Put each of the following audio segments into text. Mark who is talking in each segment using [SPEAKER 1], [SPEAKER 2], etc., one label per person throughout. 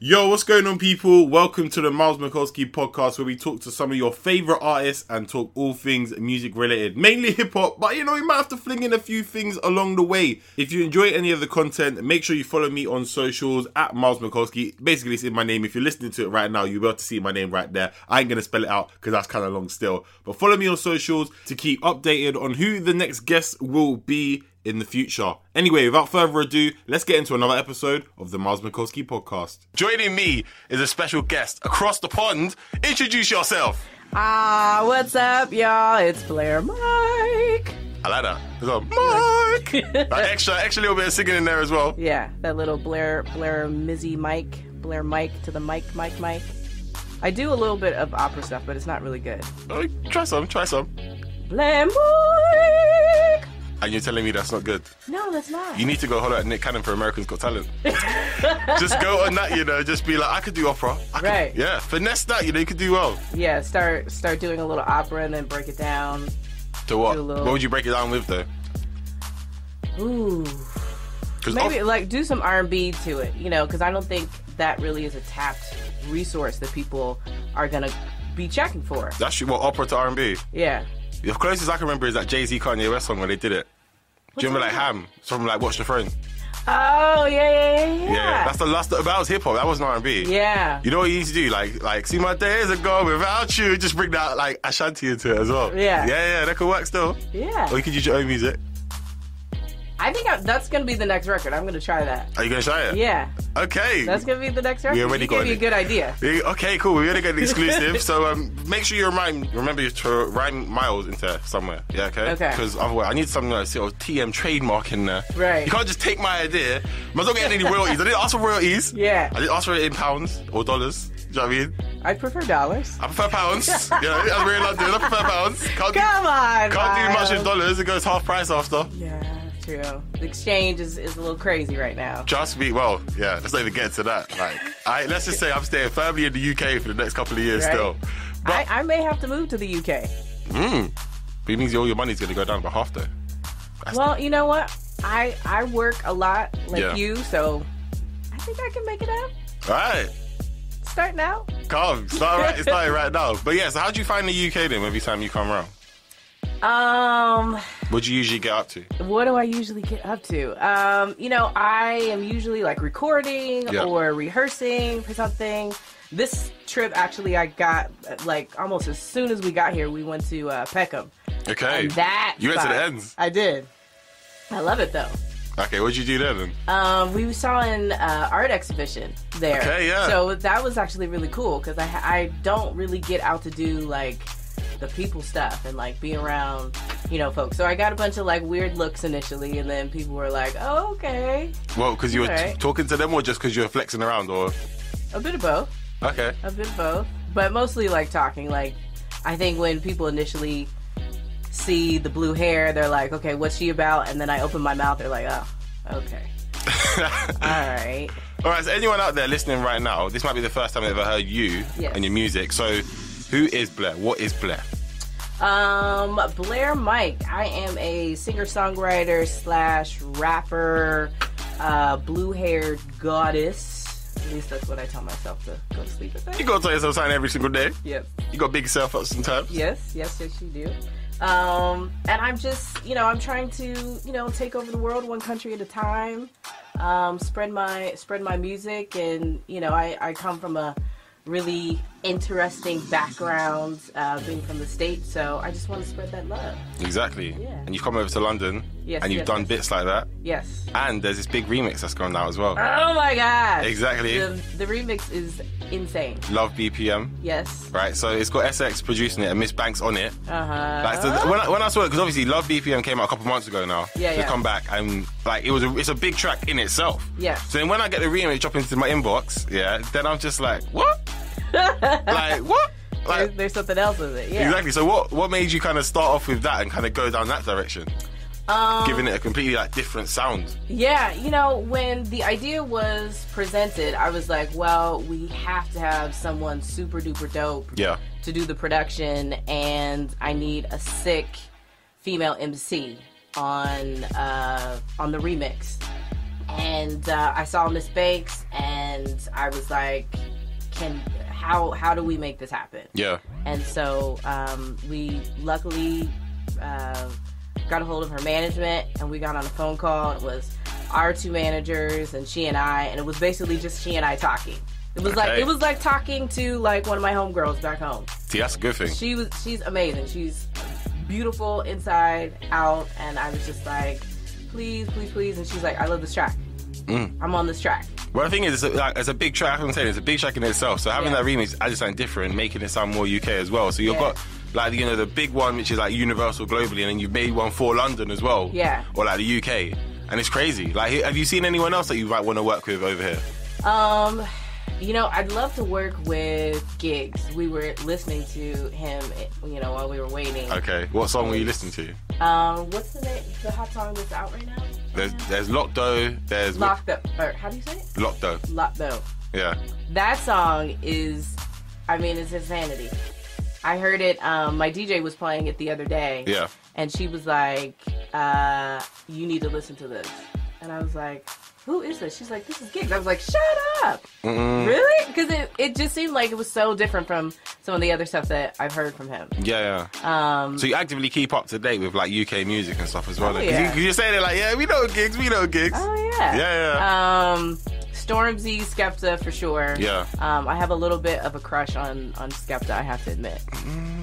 [SPEAKER 1] Yo, what's going on, people? Welcome to the Miles Mikulski podcast, where we talk to some of your favorite artists and talk all things music related, mainly hip hop. But you know, we might have to fling in a few things along the way. If you enjoy any of the content, make sure you follow me on socials at Miles Mikulski. Basically, it's in my name. If you're listening to it right now, you'll be able to see my name right there. I ain't gonna spell it out because that's kind of long still. But follow me on socials to keep updated on who the next guest will be in the future. Anyway, without further ado, let's get into another episode of the Miles Mikulski podcast. Joining me is a special guest across the pond. Introduce yourself.
[SPEAKER 2] Ah, what's up, y'all? It's Blair Mike.
[SPEAKER 1] I like that. It's a Mike. Like, extra, extra little bit of singing in there as well.
[SPEAKER 2] Yeah, that little Blair, Blair Mizzy Mike, Blair Mike to the Mike, Mike, Mike. I do a little bit of opera stuff, but it's not really good.
[SPEAKER 1] Oh, try some, try some.
[SPEAKER 2] Blair Mike.
[SPEAKER 1] And you're telling me that's not good.
[SPEAKER 2] No, that's not.
[SPEAKER 1] You need to go holler at Nick Cannon for Americans Got Talent. just go on that, you know. Just be like, I could do opera. I could,
[SPEAKER 2] Right.
[SPEAKER 1] Yeah, finesse that. You know, you could do well.
[SPEAKER 2] Yeah, start start doing a little opera and then break it down.
[SPEAKER 1] To what?
[SPEAKER 2] Do a little-
[SPEAKER 1] What would you break it down with though?
[SPEAKER 2] Ooh,
[SPEAKER 1] Because
[SPEAKER 2] maybe like do some R and B to it, you know? Because I don't think that really is a tapped resource that people are gonna be checking for.
[SPEAKER 1] that's what opera to R and B.
[SPEAKER 2] Yeah.
[SPEAKER 1] The closest I can remember is that Jay Z Kanye West song when they did it. Do you remember like Ham? It's from like Watch the Throne.
[SPEAKER 2] Oh yeah, yeah, yeah, yeah.
[SPEAKER 1] Yeah, that's the last. That was hip hop. That wasn't R and B.
[SPEAKER 2] Yeah.
[SPEAKER 1] You know what you need to do? Like, like, see my days ago without you. Just bring that like Ashanti into it as well.
[SPEAKER 2] Yeah.
[SPEAKER 1] yeah, yeah. That could work still.
[SPEAKER 2] Yeah.
[SPEAKER 1] Or you could use your own music.
[SPEAKER 2] I think I, that's gonna be the next record. I'm gonna try that.
[SPEAKER 1] Are you gonna try it?
[SPEAKER 2] Yeah,
[SPEAKER 1] Okay.
[SPEAKER 2] that's gonna be the next record.
[SPEAKER 1] already
[SPEAKER 2] you
[SPEAKER 1] got
[SPEAKER 2] gave me a
[SPEAKER 1] it.
[SPEAKER 2] good idea.
[SPEAKER 1] Yeah, Okay, cool. We're gonna get an exclusive. so um, make sure you remind, remember to rhyme miles into somewhere. Yeah, okay.
[SPEAKER 2] Okay.
[SPEAKER 1] Because otherwise, I need some uh, sort of TM trademark in there.
[SPEAKER 2] Right.
[SPEAKER 1] You can't just take my idea. I'm not getting any royalties. I didn't ask for royalties.
[SPEAKER 2] Yeah.
[SPEAKER 1] I didn't ask for it in pounds or dollars. Do you know what I mean?
[SPEAKER 2] I prefer dollars.
[SPEAKER 1] I prefer pounds. yeah, as we're in London, I prefer pounds. Can't
[SPEAKER 2] Come
[SPEAKER 1] do,
[SPEAKER 2] on,
[SPEAKER 1] Can't do much
[SPEAKER 2] Miles.
[SPEAKER 1] in dollars. It goes half price after.
[SPEAKER 2] Yeah, true. The exchange is, is a little crazy right now.
[SPEAKER 1] Trust me. Well, yeah. Let's not even get to that. Like, I, let's just say I'm staying firmly in the UK for the next couple of years
[SPEAKER 2] Right.
[SPEAKER 1] still. But
[SPEAKER 2] I, I may have to move to the UK.
[SPEAKER 1] But it means all your money's going to go down by half, though.
[SPEAKER 2] Well, you know what? I I work a lot like
[SPEAKER 1] Yeah.
[SPEAKER 2] you, so I think I can make it up.
[SPEAKER 1] All right.
[SPEAKER 2] Starting out,
[SPEAKER 1] Come. It's not right. It's not right now. But yeah, so how do you find the UK then every time you come around?
[SPEAKER 2] um,
[SPEAKER 1] What do you usually get up to?
[SPEAKER 2] what do I usually get up to? Um, you know, I am usually like recording
[SPEAKER 1] Yeah.
[SPEAKER 2] or rehearsing for something. This trip, actually, I got uh, like almost as soon as we got here, we went to uh, Peckham.
[SPEAKER 1] Okay.
[SPEAKER 2] And that
[SPEAKER 1] You went to the
[SPEAKER 2] spot-
[SPEAKER 1] ends.
[SPEAKER 2] I did. I love it though.
[SPEAKER 1] Okay, what'd you do there then?
[SPEAKER 2] Um, we saw an uh, art exhibition there.
[SPEAKER 1] Okay, yeah.
[SPEAKER 2] So that was actually really cool because I I don't really get out to do like the people stuff and like be around you know folks. So I got a bunch of like weird looks initially, and then people were like, oh, okay,
[SPEAKER 1] Well, because you were t-
[SPEAKER 2] Alright.
[SPEAKER 1] talking to them or just because you were flexing around or.
[SPEAKER 2] a bit of both,
[SPEAKER 1] Okay.
[SPEAKER 2] a bit of both, but mostly like talking. Like I think when people initially see the blue hair, they're like, okay, what's she about? And then I open my mouth, they're like, oh, okay, all right.
[SPEAKER 1] All right, so anyone out there listening right now, this might be the first time they've ever heard you
[SPEAKER 2] Yes.
[SPEAKER 1] and your music. So, who is Blair? What is Blair?
[SPEAKER 2] Um, Blair Mike. I am a singer-songwriter slash rapper, uh, blue-haired goddess. At least that's what I tell myself to go to sleep at
[SPEAKER 1] You
[SPEAKER 2] night.
[SPEAKER 1] got to tell yourself something every single day.
[SPEAKER 2] Yes,
[SPEAKER 1] You got to big yourself up sometimes.
[SPEAKER 2] yes, yes, yes, you do. Um, and I'm just, you know, I'm trying to, you know, take over the world one country at a time. um, spread my spread my music, and you know, I, I come from a really interesting background, uh, being from the states. So I just want to spread that love.
[SPEAKER 1] Exactly.
[SPEAKER 2] Yeah.
[SPEAKER 1] And you've come over to London
[SPEAKER 2] Yes,
[SPEAKER 1] and you've
[SPEAKER 2] yes,
[SPEAKER 1] done
[SPEAKER 2] yes.
[SPEAKER 1] bits like that.
[SPEAKER 2] Yes.
[SPEAKER 1] And there's this big remix that's gone out as well.
[SPEAKER 2] Oh my god.
[SPEAKER 1] Exactly.
[SPEAKER 2] The, the remix is insane.
[SPEAKER 1] Love BPM.
[SPEAKER 2] Yes.
[SPEAKER 1] Right, so it's got SX producing it and Miss Banks on it.
[SPEAKER 2] Uh-huh.
[SPEAKER 1] Like, so th- when, I, when I saw it, because obviously Love BPM came out a couple months ago now.
[SPEAKER 2] Yeah,
[SPEAKER 1] It's
[SPEAKER 2] yeah.
[SPEAKER 1] come back and like it was a, it's a big track in itself.
[SPEAKER 2] Yeah.
[SPEAKER 1] So then when I get the remix drop into my inbox, yeah, then I'm just like, what? like what?
[SPEAKER 2] There's,
[SPEAKER 1] Like
[SPEAKER 2] there's something else with it. Yeah.
[SPEAKER 1] exactly. So what what made you kind of start off with that and kind of go down that direction,
[SPEAKER 2] Um,
[SPEAKER 1] giving it a completely like different sound?
[SPEAKER 2] Yeah, you know, when the idea was presented, I was like, well, we have to have someone super duper dope
[SPEAKER 1] Yeah.
[SPEAKER 2] to do the production, and I need a sick female MC on uh, on the remix. And uh, I saw Miss Banks, and I was like, can how how do we make this happen?
[SPEAKER 1] Yeah.
[SPEAKER 2] And so um, we luckily uh, got a hold of her management and we got on a phone call. It was our two managers and she and I, and it was basically just she and I talking. It was like
[SPEAKER 1] Okay.
[SPEAKER 2] it was like talking to like one of my homegirls back home.
[SPEAKER 1] See, that's a good thing.
[SPEAKER 2] She was she's amazing. She's beautiful inside out, and I was just like, please, please, please. And she's like, I love this track. I'm on this track.
[SPEAKER 1] Well, the thing is, it's a, like, it's a big track. I'm saying it's a big track in itself. So having
[SPEAKER 2] Yeah.
[SPEAKER 1] that remix, I just sound different, making it sound more UK as well. So you've
[SPEAKER 2] Yeah.
[SPEAKER 1] got like you know the big one, which is like universal globally, and then you've made one for London as well.
[SPEAKER 2] Yeah.
[SPEAKER 1] Or like the UK, and it's crazy. Like, have you seen anyone else that you might want to work with over here?
[SPEAKER 2] Um, you know, I'd love to work with Gigs. We were listening to him, you know, while we were waiting.
[SPEAKER 1] Okay. What song were you listening to?
[SPEAKER 2] Um, what's the name, the hot song that's out right now?
[SPEAKER 1] There's there's Lockdo. There's
[SPEAKER 2] Locked up, or how do you say it?
[SPEAKER 1] Lockdo.
[SPEAKER 2] Locked up.
[SPEAKER 1] Yeah.
[SPEAKER 2] That song is, I mean, it's insanity. I heard it. Um, my DJ was playing it the other day.
[SPEAKER 1] Yeah.
[SPEAKER 2] And she was like, uh, "You need to listen to this." And I was like, "Who is this?" She's like, "This is Gigs." I was like, "Shut up!" Really? Because it, it just seemed like it was so different from some of the other stuff that I've heard from him.
[SPEAKER 1] Yeah, yeah. Um, so you actively keep up to date with like UK music and stuff as well.
[SPEAKER 2] Oh,
[SPEAKER 1] like,
[SPEAKER 2] yeah.
[SPEAKER 1] Cause you, are saying it like, yeah, we know gigs, we know gigs.
[SPEAKER 2] Oh yeah.
[SPEAKER 1] Yeah,
[SPEAKER 2] Um, Stormzy, Skepta for sure.
[SPEAKER 1] Yeah.
[SPEAKER 2] Um, I have a little bit of a crush on on Skepta. I have to admit.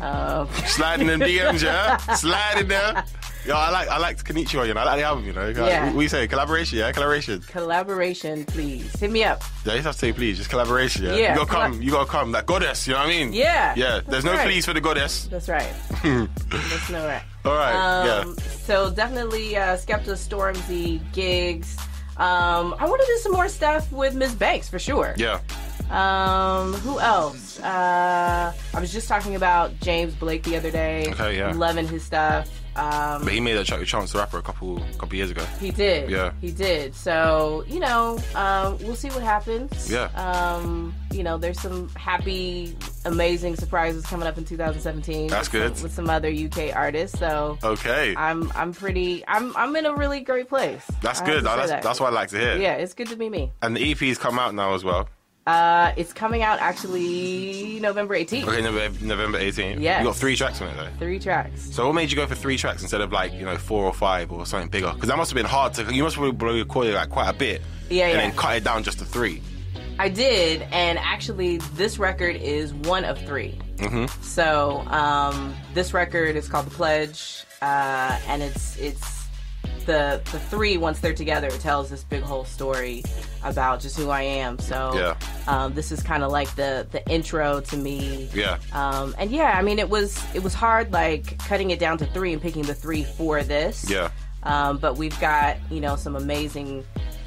[SPEAKER 2] Um,
[SPEAKER 1] Sliding them DMs, yeah. Sliding them. Yo, I like I liked Kanichiwa, you know. I like the album, you know. Like,
[SPEAKER 2] Yeah.
[SPEAKER 1] We, we say collaboration, yeah, collaboration.
[SPEAKER 2] collaboration, please hit me up.
[SPEAKER 1] Yeah, you just have to say please, just collaboration, yeah.
[SPEAKER 2] Yeah,
[SPEAKER 1] You gotta come,
[SPEAKER 2] collab-
[SPEAKER 1] you gotta come. That goddess, you know what I mean?
[SPEAKER 2] Yeah,
[SPEAKER 1] Yeah. There's
[SPEAKER 2] that's
[SPEAKER 1] no
[SPEAKER 2] right.
[SPEAKER 1] please for the goddess.
[SPEAKER 2] That's right. That's no right.
[SPEAKER 1] All right.
[SPEAKER 2] Um, So definitely uh, Skepta, Stormzy, Gigs. Um, I want to do some more stuff with Ms. Banks for sure.
[SPEAKER 1] yeah. Yeah.
[SPEAKER 2] Um, who else? Uh, I was just talking about James Blake the other day.
[SPEAKER 1] Okay, yeah.
[SPEAKER 2] Loving his stuff. Um,
[SPEAKER 1] But he made that track with Chance the Rapper a couple couple years ago.
[SPEAKER 2] He did.
[SPEAKER 1] Yeah.
[SPEAKER 2] He did. So, you know, um, we'll see what happens.
[SPEAKER 1] Yeah.
[SPEAKER 2] Um, you know, there's some happy, amazing surprises coming up in 2017.
[SPEAKER 1] That's
[SPEAKER 2] with some-
[SPEAKER 1] good.
[SPEAKER 2] with some other UK artists. So
[SPEAKER 1] Okay.
[SPEAKER 2] I'm I'm pretty I'm I'm in a really great place.
[SPEAKER 1] that's
[SPEAKER 2] I have
[SPEAKER 1] good.
[SPEAKER 2] to
[SPEAKER 1] though.
[SPEAKER 2] say
[SPEAKER 1] That's,
[SPEAKER 2] that.
[SPEAKER 1] that's what I like to hear.
[SPEAKER 2] Yeah, it's good to be me.
[SPEAKER 1] And the EP's come out now as well.
[SPEAKER 2] Uh, it's coming out actually November 18th.
[SPEAKER 1] Okay, November, November 18th.
[SPEAKER 2] Yes.
[SPEAKER 1] You got three tracks on it though.
[SPEAKER 2] Three tracks.
[SPEAKER 1] So what made you go for three tracks instead of like you know four or five or something bigger? Because that must have been hard to. You must have probably recorded like quite a bit.
[SPEAKER 2] Yeah,
[SPEAKER 1] And
[SPEAKER 2] yeah.
[SPEAKER 1] then cut it down just to three.
[SPEAKER 2] I did, and actually, this record is one of 3 Mm-hmm. So um, this record is called "The Pledge," uh, and it's it's the the three once they're together it tells this big whole story about just who I am. So
[SPEAKER 1] Yeah.
[SPEAKER 2] um, this is kind of like the the intro to me.
[SPEAKER 1] Yeah.
[SPEAKER 2] Um, and yeah, I mean, it was it was hard like cutting it down to three and picking the three for this.
[SPEAKER 1] Yeah.
[SPEAKER 2] Um, but we've got you know some amazing,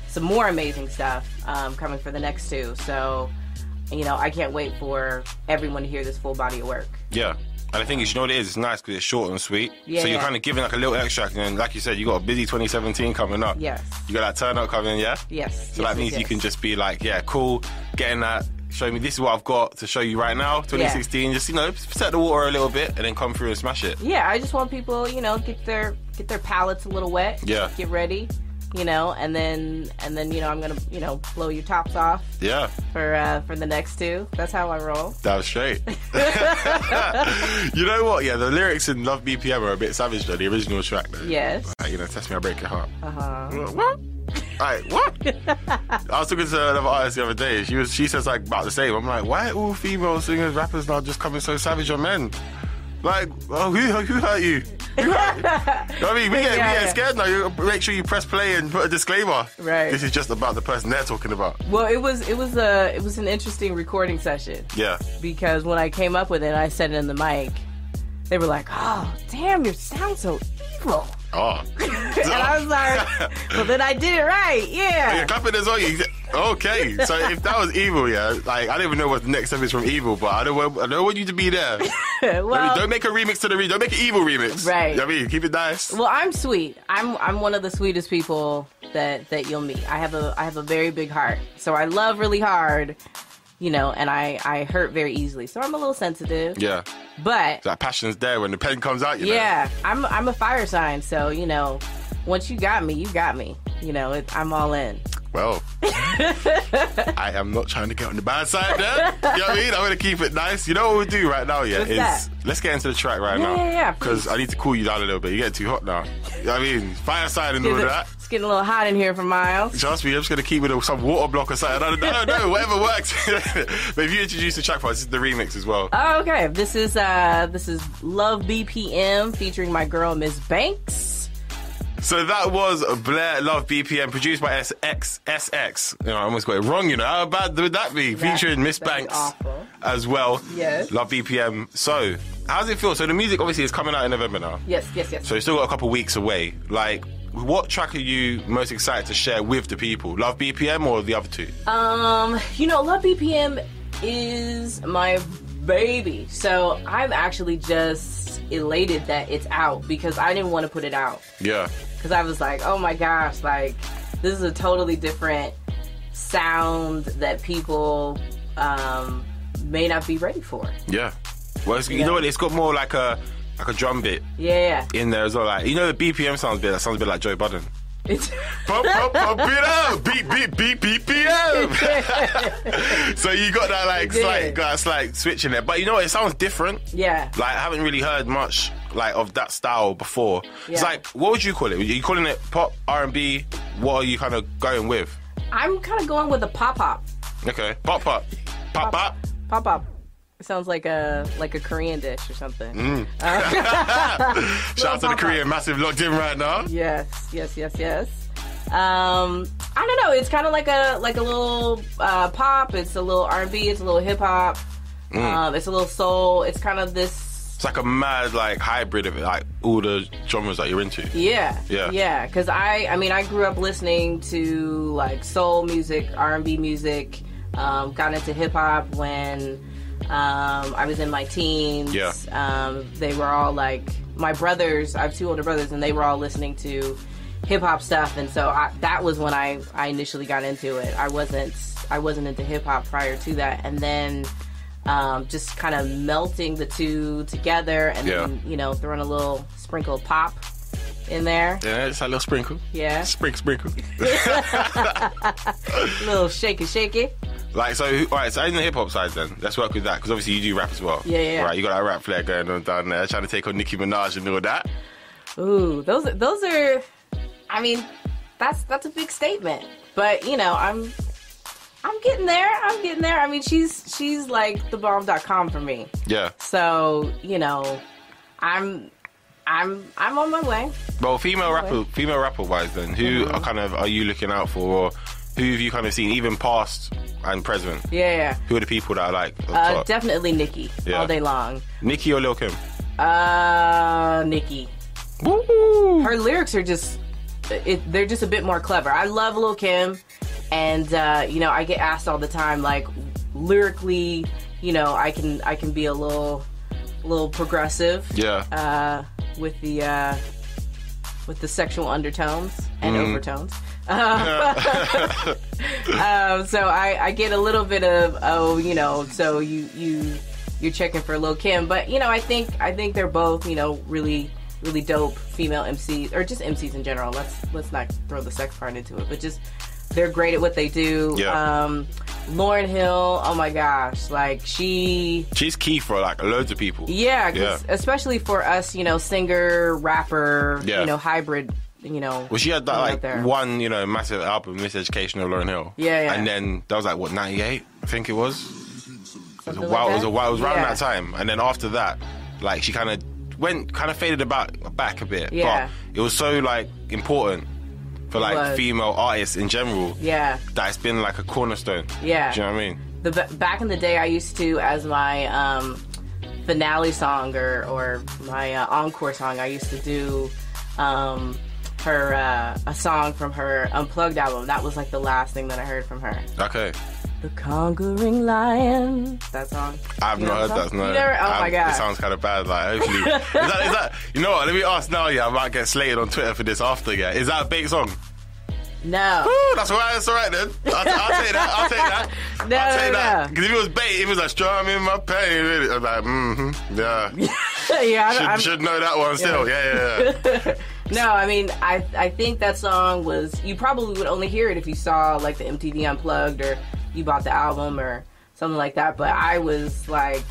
[SPEAKER 2] some more amazing stuff um, coming for the next two. So you know I can't wait for everyone to hear this full body of work.
[SPEAKER 1] Yeah. And the thing is, you know what it is? It's nice because it's short and sweet.
[SPEAKER 2] Yeah,
[SPEAKER 1] so you're
[SPEAKER 2] yeah.
[SPEAKER 1] kind of giving like a little extract, and then, like you said, you got a busy 2017 coming up.
[SPEAKER 2] Yes.
[SPEAKER 1] You got that turn up coming, yeah.
[SPEAKER 2] Yes.
[SPEAKER 1] So
[SPEAKER 2] yes,
[SPEAKER 1] that means
[SPEAKER 2] yes,
[SPEAKER 1] you can
[SPEAKER 2] yes.
[SPEAKER 1] just be like, yeah, cool, getting that. Show me this is what I've got to show you right now, 2016. Just you know, set the water a little bit, and then come through and smash it.
[SPEAKER 2] Yeah, I just want people you know get their get their palettes a little wet.
[SPEAKER 1] Yeah.
[SPEAKER 2] Get ready. You know, and then and then you know I'm gonna you know blow your tops off
[SPEAKER 1] Yeah.
[SPEAKER 2] for uh, for the next two. That's how I roll.
[SPEAKER 1] That was straight. you know what? Yeah, the lyrics in Love BPM are a bit savage though. The original track though.
[SPEAKER 2] Yes. Oh.
[SPEAKER 1] Like, you know, test me, I break your heart.
[SPEAKER 2] Uh huh.
[SPEAKER 1] What? All right, what? I was talking to another artist the other day. She was, she says like about the same. I'm like, why are all female singers, rappers now just coming so savage on men? Like, oh, who, who hurt you? Who hurt you? You know what I mean, we get,
[SPEAKER 2] Yeah,
[SPEAKER 1] we get
[SPEAKER 2] yeah.
[SPEAKER 1] scared now. You make sure you press play and put a disclaimer.
[SPEAKER 2] Right.
[SPEAKER 1] This is just about the person they're talking about.
[SPEAKER 2] Well, it was it was a it was an interesting recording session
[SPEAKER 1] Yeah.
[SPEAKER 2] because when I came up with it, and I said it in the mic. They were like, "Oh, damn, your sound so evil,"
[SPEAKER 1] Oh.
[SPEAKER 2] and I was like, "Well, then I did it right,
[SPEAKER 1] Yeah,
[SPEAKER 2] yeah."
[SPEAKER 1] clapping as well. You, okay, so if that was evil, yeah, like I don't even know what the next step is from evil, but I don't want, I don't want you to be there.
[SPEAKER 2] Well,
[SPEAKER 1] don't make a remix to the remix. Don't make an evil remix.
[SPEAKER 2] Um, Right.
[SPEAKER 1] You know what I mean, keep it nice.
[SPEAKER 2] Well, I'm sweet. I'm I'm one of the sweetest people that that you'll meet. I have a I have a very big heart. So I love really hard, you know, and I I hurt very easily. So I'm a little sensitive.
[SPEAKER 1] yeah,
[SPEAKER 2] But
[SPEAKER 1] that passion's there when the pen comes out. You know?
[SPEAKER 2] yeah, I'm I'm a fire sign, so you know, once you got me, you got me. You know, it, I'm all in.
[SPEAKER 1] Well, I am not trying to get on the bad side there. You know what I mean? I'm gonna keep it nice. You know what we'll do right now, yeah?
[SPEAKER 2] What's
[SPEAKER 1] is
[SPEAKER 2] that?
[SPEAKER 1] let's get into the track right
[SPEAKER 2] Yeah,
[SPEAKER 1] now.
[SPEAKER 2] yeah, yeah,
[SPEAKER 1] Because I need to cool you down a little bit. You're getting too hot now. You know what I mean? Fireside and all that.
[SPEAKER 2] It's getting a little hot in here for Miles.
[SPEAKER 1] Trust me, I'm just gonna keep it with some water block or something. I don't, I don't know, whatever works. but if you introduce the track for us, this is the remix as well.
[SPEAKER 2] Oh, okay. This is uh this is Love BPM featuring my girl Miss Banks.
[SPEAKER 1] So that was Blair Love BPM, produced by SXSX. You know, I almost got it wrong, you know. How bad would that be?
[SPEAKER 2] That-
[SPEAKER 1] Featuring Miss
[SPEAKER 2] that is
[SPEAKER 1] Banks
[SPEAKER 2] awful.
[SPEAKER 1] as well.
[SPEAKER 2] Yes.
[SPEAKER 1] Love BPM. So, how does it feel? So the music obviously is coming out in November now.
[SPEAKER 2] Yes, yes, yes.
[SPEAKER 1] So you still got a couple weeks away. Like, what track are you most excited to share with the people? Love BPM or the other two?
[SPEAKER 2] Um, you know, Love BPM is my baby. So I'm actually just elated that it's out because I didn't want to put it out.
[SPEAKER 1] yeah.
[SPEAKER 2] Because I was like, oh my gosh, like, this is a totally different sound that people um, may not be ready for.
[SPEAKER 1] Yeah. Well, it's, you know what? It's got more like a like a drum bit
[SPEAKER 2] Yeah.
[SPEAKER 1] in there as well. Like you know the BPM sounds bit. That sounds a bit like Joe Budden.
[SPEAKER 2] It's,
[SPEAKER 1] Pump, pump, pump it up, beep, beep, beep, beep, BPM. so you got that like
[SPEAKER 2] did.
[SPEAKER 1] slight, got that slight switch in there. But you know what? It sounds different.
[SPEAKER 2] yeah.
[SPEAKER 1] Like I haven't really heard much like of that style before. It's
[SPEAKER 2] Yeah.
[SPEAKER 1] like what would you call it? Are you calling it pop R and B? What are you kind of going with?
[SPEAKER 2] I'm kind of going with a pop up.
[SPEAKER 1] Okay, pop, pop, pop, pop.
[SPEAKER 2] Pop up. It sounds like a like a Korean dish or something.
[SPEAKER 1] Shout out to the
[SPEAKER 2] pop-up.
[SPEAKER 1] Korean massive locked in right now.
[SPEAKER 2] Yes, yes, yes, yes. Um, I don't know. It's kind of like a like a little uh, pop. It's a little R and B. It's a little hip hop. Um, it's a little soul. It's kind of this.
[SPEAKER 1] It's like a mad like hybrid of it, like all the genres that you're into.
[SPEAKER 2] Yeah,
[SPEAKER 1] Yeah.
[SPEAKER 2] yeah. Because I, I mean, I grew up listening to like soul music, R and B music. Um, got into hip hop when um, I was in my teens.
[SPEAKER 1] Yeah.
[SPEAKER 2] Um, they were all like my brothers. I have two older brothers, and they were all listening to hip hop stuff. And so I, that was when I, I initially got into it. I wasn't I wasn't into hip hop prior to that, and then um, just kind of melting the two together, and
[SPEAKER 1] Yeah.
[SPEAKER 2] then you know throwing a little sprinkle of pop in there.
[SPEAKER 1] Yeah, it's like a little sprinkle.
[SPEAKER 2] Yeah,
[SPEAKER 1] Sprinkle, sprinkle.
[SPEAKER 2] little shaky, shaky.
[SPEAKER 1] like, so, who- all right, so in the hip hop side then, let's work with that, because obviously you do rap as well.
[SPEAKER 2] Yeah, yeah, yeah.
[SPEAKER 1] Right, you got that rap flair going on down there, trying to take on Nicki Minaj and all that.
[SPEAKER 2] Ooh, those are- those are. I mean, that's that's a big statement, but you know, I'm I'm getting there. I'm getting there. I mean, she's she's like the bomb.com for me.
[SPEAKER 1] Yeah.
[SPEAKER 2] So you know, I'm I'm I'm on my way.
[SPEAKER 1] Well, female rapper, female rapper wise then, who
[SPEAKER 2] Mm-hmm.
[SPEAKER 1] are kind of are you looking out for, or who have you kind of seen, even past and present?
[SPEAKER 2] Yeah,
[SPEAKER 1] Who are the people that are like, up
[SPEAKER 2] uh,
[SPEAKER 1] top?
[SPEAKER 2] definitely Nikki
[SPEAKER 1] Yeah.
[SPEAKER 2] all day long.
[SPEAKER 1] Nicki or Lil Kim?
[SPEAKER 2] Uh, Nikki.
[SPEAKER 1] Woo!
[SPEAKER 2] her lyrics are just it, they're just a bit more clever. I love Lil Kim, and uh, you know I get asked all the time like lyrically, you know I can I can be a little little progressive
[SPEAKER 1] Yeah.
[SPEAKER 2] uh, with the uh, with the sexual undertones and overtones. Uh, um, so I, I get a little bit of oh you know so you you you're checking for Lil Kim, but you know I think I think they're both you know really really dope female MCs or just MCs in general. Let's let's not throw the sex part into it, but just they're great at what they do.
[SPEAKER 1] Yeah.
[SPEAKER 2] Um, Lauren Hill, oh my gosh, like she
[SPEAKER 1] She's key for like loads of people.
[SPEAKER 2] yeah, 'cause
[SPEAKER 1] Yeah.
[SPEAKER 2] especially for us, you know, singer, rapper,
[SPEAKER 1] Yeah.
[SPEAKER 2] you know, hybrid you know.
[SPEAKER 1] Well, she had that
[SPEAKER 2] went out
[SPEAKER 1] like
[SPEAKER 2] there.
[SPEAKER 1] one, you know, massive album, Miseducation of Lauren Hill.
[SPEAKER 2] Yeah, yeah.
[SPEAKER 1] And then that was like what 98, I think it was. It was a
[SPEAKER 2] Something
[SPEAKER 1] while.
[SPEAKER 2] like
[SPEAKER 1] it was a
[SPEAKER 2] that?
[SPEAKER 1] while. It was around
[SPEAKER 2] Yeah.
[SPEAKER 1] that time. And then after that, like she kind of went, kind of faded about back a bit.
[SPEAKER 2] Yeah.
[SPEAKER 1] But it was so like important for like
[SPEAKER 2] was.
[SPEAKER 1] female artists in general.
[SPEAKER 2] Yeah.
[SPEAKER 1] That it's been like a cornerstone.
[SPEAKER 2] Yeah.
[SPEAKER 1] Do you know what I mean?
[SPEAKER 2] the ba- back in the day I used to as my um, finale song or, or my uh, encore song I used to do um, her uh, a song from her unplugged album that was like the last thing that I heard from her
[SPEAKER 1] Okay.
[SPEAKER 2] the conquering lion that song
[SPEAKER 1] I've
[SPEAKER 2] You
[SPEAKER 1] not
[SPEAKER 2] know
[SPEAKER 1] heard
[SPEAKER 2] that
[SPEAKER 1] that.
[SPEAKER 2] song?
[SPEAKER 1] No.
[SPEAKER 2] You never- oh
[SPEAKER 1] I've-
[SPEAKER 2] my God.
[SPEAKER 1] It sounds kind of bad. Like, hopefully, is that is that? You know what? Let me ask now. Yeah, I might get slated on Twitter for this after. Yeah, is that a big song?
[SPEAKER 2] no
[SPEAKER 1] Ooh, that's all right. That's all right then. I'll, I'll take that. I'll take that.
[SPEAKER 2] No,
[SPEAKER 1] I'll
[SPEAKER 2] no,
[SPEAKER 1] take that.
[SPEAKER 2] no.
[SPEAKER 1] Because if it was bait, if it was like "Strum in my pain," really, I'm like, mm-hmm, yeah.
[SPEAKER 2] yeah I,
[SPEAKER 1] Should,
[SPEAKER 2] I'm,
[SPEAKER 1] should know that one still. Yeah, yeah. yeah.
[SPEAKER 2] no I mean I I think that song was you probably would only hear it if you saw like the MTV unplugged or you bought the album or something like that but I was like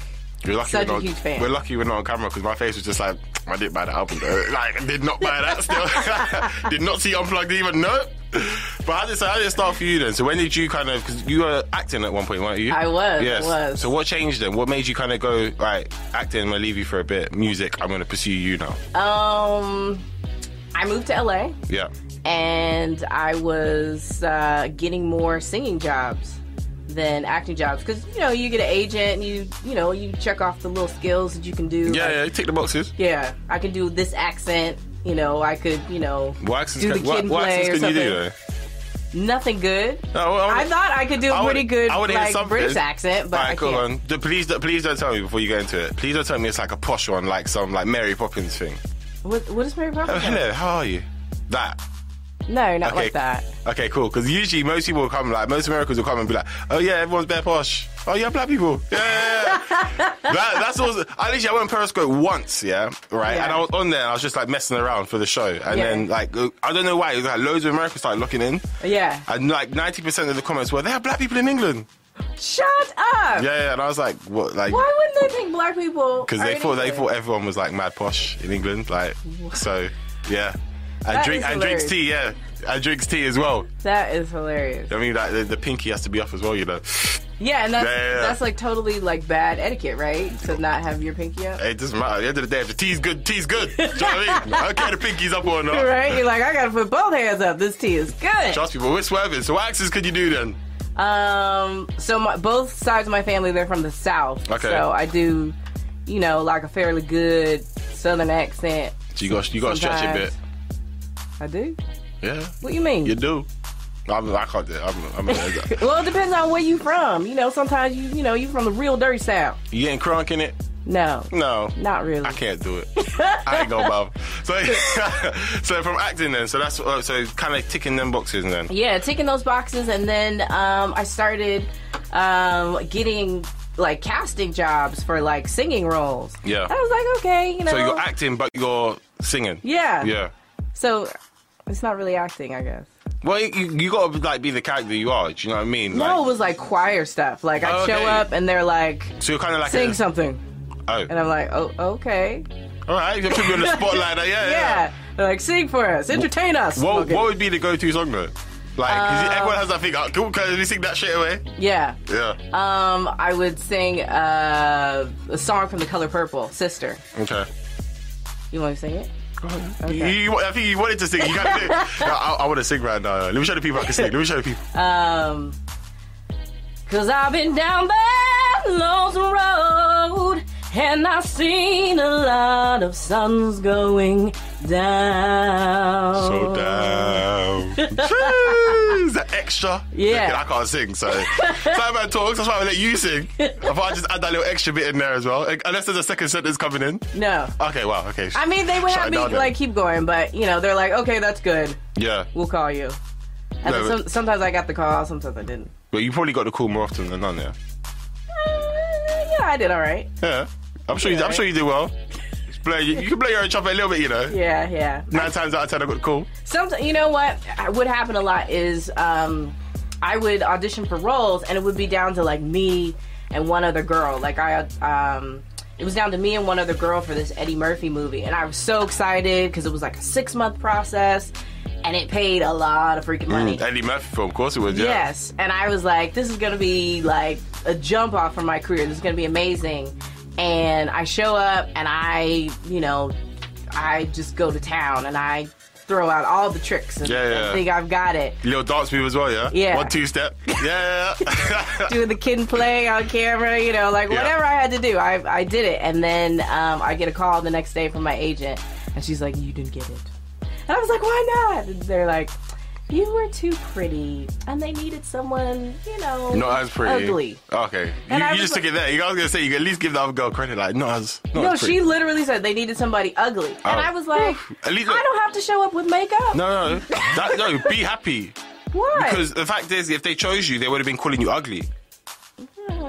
[SPEAKER 1] We're lucky
[SPEAKER 2] Such
[SPEAKER 1] we're
[SPEAKER 2] a
[SPEAKER 1] not,
[SPEAKER 2] huge fan.
[SPEAKER 1] We're lucky we're not on camera because my face was just like, I didn't buy that album though. Like, I did not buy that still. did not see Unplugged even, no. But how did, so how did it start for you then? So when did you kind of, because you were acting at one point, weren't you?
[SPEAKER 2] I was, I
[SPEAKER 1] Yes.
[SPEAKER 2] was.
[SPEAKER 1] So what changed then? What made you kind of go, right, acting, I'm going to leave you for a bit. Music, I'm going to pursue you now.
[SPEAKER 2] Uh, um I moved to LA
[SPEAKER 1] yeah.
[SPEAKER 2] and I was uh, getting more singing jobs than acting jobs because you know you get an agent and you you know you check off the little skills that you can do.
[SPEAKER 1] Yeah,
[SPEAKER 2] Like,
[SPEAKER 1] yeah, tick the boxes.
[SPEAKER 2] yeah, I can do this accent. You know, I could you know
[SPEAKER 1] What accents
[SPEAKER 2] do the
[SPEAKER 1] can,
[SPEAKER 2] kid
[SPEAKER 1] what,
[SPEAKER 2] and
[SPEAKER 1] what
[SPEAKER 2] play
[SPEAKER 1] accents
[SPEAKER 2] or
[SPEAKER 1] can you do
[SPEAKER 2] something.
[SPEAKER 1] though?
[SPEAKER 2] Nothing good.
[SPEAKER 1] No, I wanna-
[SPEAKER 2] I thought I could do a
[SPEAKER 1] I wanna-
[SPEAKER 2] pretty good
[SPEAKER 1] I wanna hear
[SPEAKER 2] like
[SPEAKER 1] something.
[SPEAKER 2] British accent, but
[SPEAKER 1] All right,
[SPEAKER 2] I
[SPEAKER 1] cool,
[SPEAKER 2] can't.
[SPEAKER 1] man. D- Please, d- please don't tell me before you get into it. Please don't tell me it's like a posh one, like some like Mary Poppins thing.
[SPEAKER 2] What, what is Mary
[SPEAKER 1] Oh,
[SPEAKER 2] Poppins?
[SPEAKER 1] hello, how are you? That.
[SPEAKER 2] no, not
[SPEAKER 1] Okay.
[SPEAKER 2] like that.
[SPEAKER 1] Okay, cool. Because usually most people will come, like most Americans will come and be like, "Oh yeah, everyone's bare posh. Oh yeah, black people. Yeah, yeah, yeah." that, that's also. I literally I went on Periscope once, yeah, right.
[SPEAKER 2] Yeah.
[SPEAKER 1] And I was on there, and I was just like messing around for the show, and
[SPEAKER 2] Yeah.
[SPEAKER 1] then like uh, I don't know why, it was, like loads of Americans started looking in,
[SPEAKER 2] Yeah.
[SPEAKER 1] and like ninety percent of the comments were, "There are black people in England."
[SPEAKER 2] Shut
[SPEAKER 1] Yeah,
[SPEAKER 2] up.
[SPEAKER 1] yeah. And I was like, "What? Like,
[SPEAKER 2] Why wouldn't they think black people?
[SPEAKER 1] because
[SPEAKER 2] are
[SPEAKER 1] they
[SPEAKER 2] in
[SPEAKER 1] thought they
[SPEAKER 2] England?
[SPEAKER 1] thought everyone was like mad posh in England, like so, yeah. And
[SPEAKER 2] That
[SPEAKER 1] drink
[SPEAKER 2] is
[SPEAKER 1] and drinks
[SPEAKER 2] hilarious.
[SPEAKER 1] tea, yeah, and drinks tea as well.
[SPEAKER 2] that is hilarious.
[SPEAKER 1] I mean, like the, the pinky has to be off as well, you know.
[SPEAKER 2] Yeah, and that's
[SPEAKER 1] Yeah, yeah, yeah.
[SPEAKER 2] that's like totally like bad etiquette, right? To not have your pinky up.
[SPEAKER 1] It doesn't matter. At the end of the day, if the tea's good, tea's good. Do you know what I mean? I don't care if the pinky's up or not.
[SPEAKER 2] Right? You're like, I gotta put both hands up. This tea is good.
[SPEAKER 1] Trust me, but we're swerving. So what accents could you do then?
[SPEAKER 2] Um, so my, both sides of my family, they're from the South.
[SPEAKER 1] Okay.
[SPEAKER 2] So I do, you know, like a fairly good Southern accent.
[SPEAKER 1] So you got you got to stretch a bit.
[SPEAKER 2] Sometimes. I do.
[SPEAKER 1] Yeah,
[SPEAKER 2] What do you mean?
[SPEAKER 1] you do. I'm, I can't do it. I'm, I'm
[SPEAKER 2] well, it depends on where you from. You know, sometimes you, you know, you from the real dirty South.
[SPEAKER 1] you ain't crunking it.
[SPEAKER 2] No,
[SPEAKER 1] No,
[SPEAKER 2] not really.
[SPEAKER 1] I can't do it. I ain't gonna bother. So, so from acting then, so that's uh, so kind of ticking them boxes then.
[SPEAKER 2] yeah ticking those boxes and then um, i started um, getting like casting jobs for like singing roles
[SPEAKER 1] Yeah.
[SPEAKER 2] i was like okay you know
[SPEAKER 1] So you're acting, but you're singing.
[SPEAKER 2] yeah
[SPEAKER 1] Yeah.
[SPEAKER 2] so it's not really acting i guess
[SPEAKER 1] Well, you, you gotta like be the character you are. Do you know what I mean?
[SPEAKER 2] no it
[SPEAKER 1] Like,
[SPEAKER 2] was like choir stuff like i
[SPEAKER 1] Okay.
[SPEAKER 2] show up and they're like
[SPEAKER 1] so you're kind of like
[SPEAKER 2] sing
[SPEAKER 1] a,
[SPEAKER 2] something
[SPEAKER 1] Oh,
[SPEAKER 2] and i'm like oh okay
[SPEAKER 1] all right. You put me on the spotlight. Yeah, yeah.
[SPEAKER 2] yeah, They're like sing for us entertain us
[SPEAKER 1] What
[SPEAKER 2] Okay. Uh,
[SPEAKER 1] What would be the go-to song though? Like, 'cause everyone has that thing. Oh, cool, can we sing that shit away?
[SPEAKER 2] yeah
[SPEAKER 1] Yeah.
[SPEAKER 2] um i would sing uh, a song from the color purple sister
[SPEAKER 1] okay.
[SPEAKER 2] you want to sing it
[SPEAKER 1] You, you- I think you wanted to sing. You can't do it. No, I, I want to sing right now. Let me show the people I can sing. Let me show the people.
[SPEAKER 2] Um, cause I've been down that lonesome road and I've seen a lot of suns going down.
[SPEAKER 1] So damn. Jeez, that extra.
[SPEAKER 2] Yeah.
[SPEAKER 1] Look, I can't sing, so. Simon talks, that's why I let you sing. I thought I'd just add that little extra bit in there as well. Unless there's a second sentence coming in.
[SPEAKER 2] No.
[SPEAKER 1] Okay, wow, okay.
[SPEAKER 2] I mean, they would
[SPEAKER 1] Shut
[SPEAKER 2] have
[SPEAKER 1] it
[SPEAKER 2] me
[SPEAKER 1] down then.
[SPEAKER 2] like keep going, but you know, they're like, okay, that's good.
[SPEAKER 1] Yeah.
[SPEAKER 2] We'll call you. And
[SPEAKER 1] No,
[SPEAKER 2] then
[SPEAKER 1] but-
[SPEAKER 2] some, sometimes I got the call, sometimes I didn't.
[SPEAKER 1] But you probably got the call more often than none, yeah?
[SPEAKER 2] Uh, yeah, I did all right.
[SPEAKER 1] Yeah. I'm sure, you, I'm
[SPEAKER 2] right?
[SPEAKER 1] sure you did well. Just Play, you, you can play your own trumpet a little bit, you know.
[SPEAKER 2] Yeah, yeah.
[SPEAKER 1] Nine times out of ten, I got the call.
[SPEAKER 2] Sometimes you know what I- would happen a lot is um, I would audition for roles and it would be down to like me and one other girl. Like I um, it was down to me and one other girl for this Eddie Murphy movie, and I was so excited because it was like a six month process, and it paid a lot of freaking money.
[SPEAKER 1] Eddie Murphy film, of course it was. Yeah.
[SPEAKER 2] Mm. Yes. And I was like, this is going to be like a jump off for my career. This is going to be amazing. And I show up and I, you know, I just go to town and I throw out all the tricks and
[SPEAKER 1] Yeah, yeah.
[SPEAKER 2] I think I've got it.
[SPEAKER 1] Little dance move as well, yeah.
[SPEAKER 2] Yeah.
[SPEAKER 1] One two step. Yeah. yeah.
[SPEAKER 2] Do the kid and play on camera, you know, like
[SPEAKER 1] Yeah.
[SPEAKER 2] whatever I had to do, I, I did it. And then um, I get a call the next day from my agent and she's like, you didn't get it. And I was like, why not? And they're like, you were too pretty and they needed someone, you know,
[SPEAKER 1] Not as pretty.
[SPEAKER 2] ugly.
[SPEAKER 1] Okay. You,
[SPEAKER 2] And
[SPEAKER 1] you
[SPEAKER 2] I was
[SPEAKER 1] just
[SPEAKER 2] like-
[SPEAKER 1] took it there. You guys gonna say you could at least give the other girl credit, like not as not
[SPEAKER 2] No,
[SPEAKER 1] as
[SPEAKER 2] she
[SPEAKER 1] pretty.
[SPEAKER 2] literally said they needed somebody ugly. And
[SPEAKER 1] Oh.
[SPEAKER 2] I was like,
[SPEAKER 1] At least-
[SPEAKER 2] I don't have to show up with makeup.
[SPEAKER 1] No, no, that, no. Be happy
[SPEAKER 2] Why?
[SPEAKER 1] because the fact is, if they chose you, they would have been calling you ugly.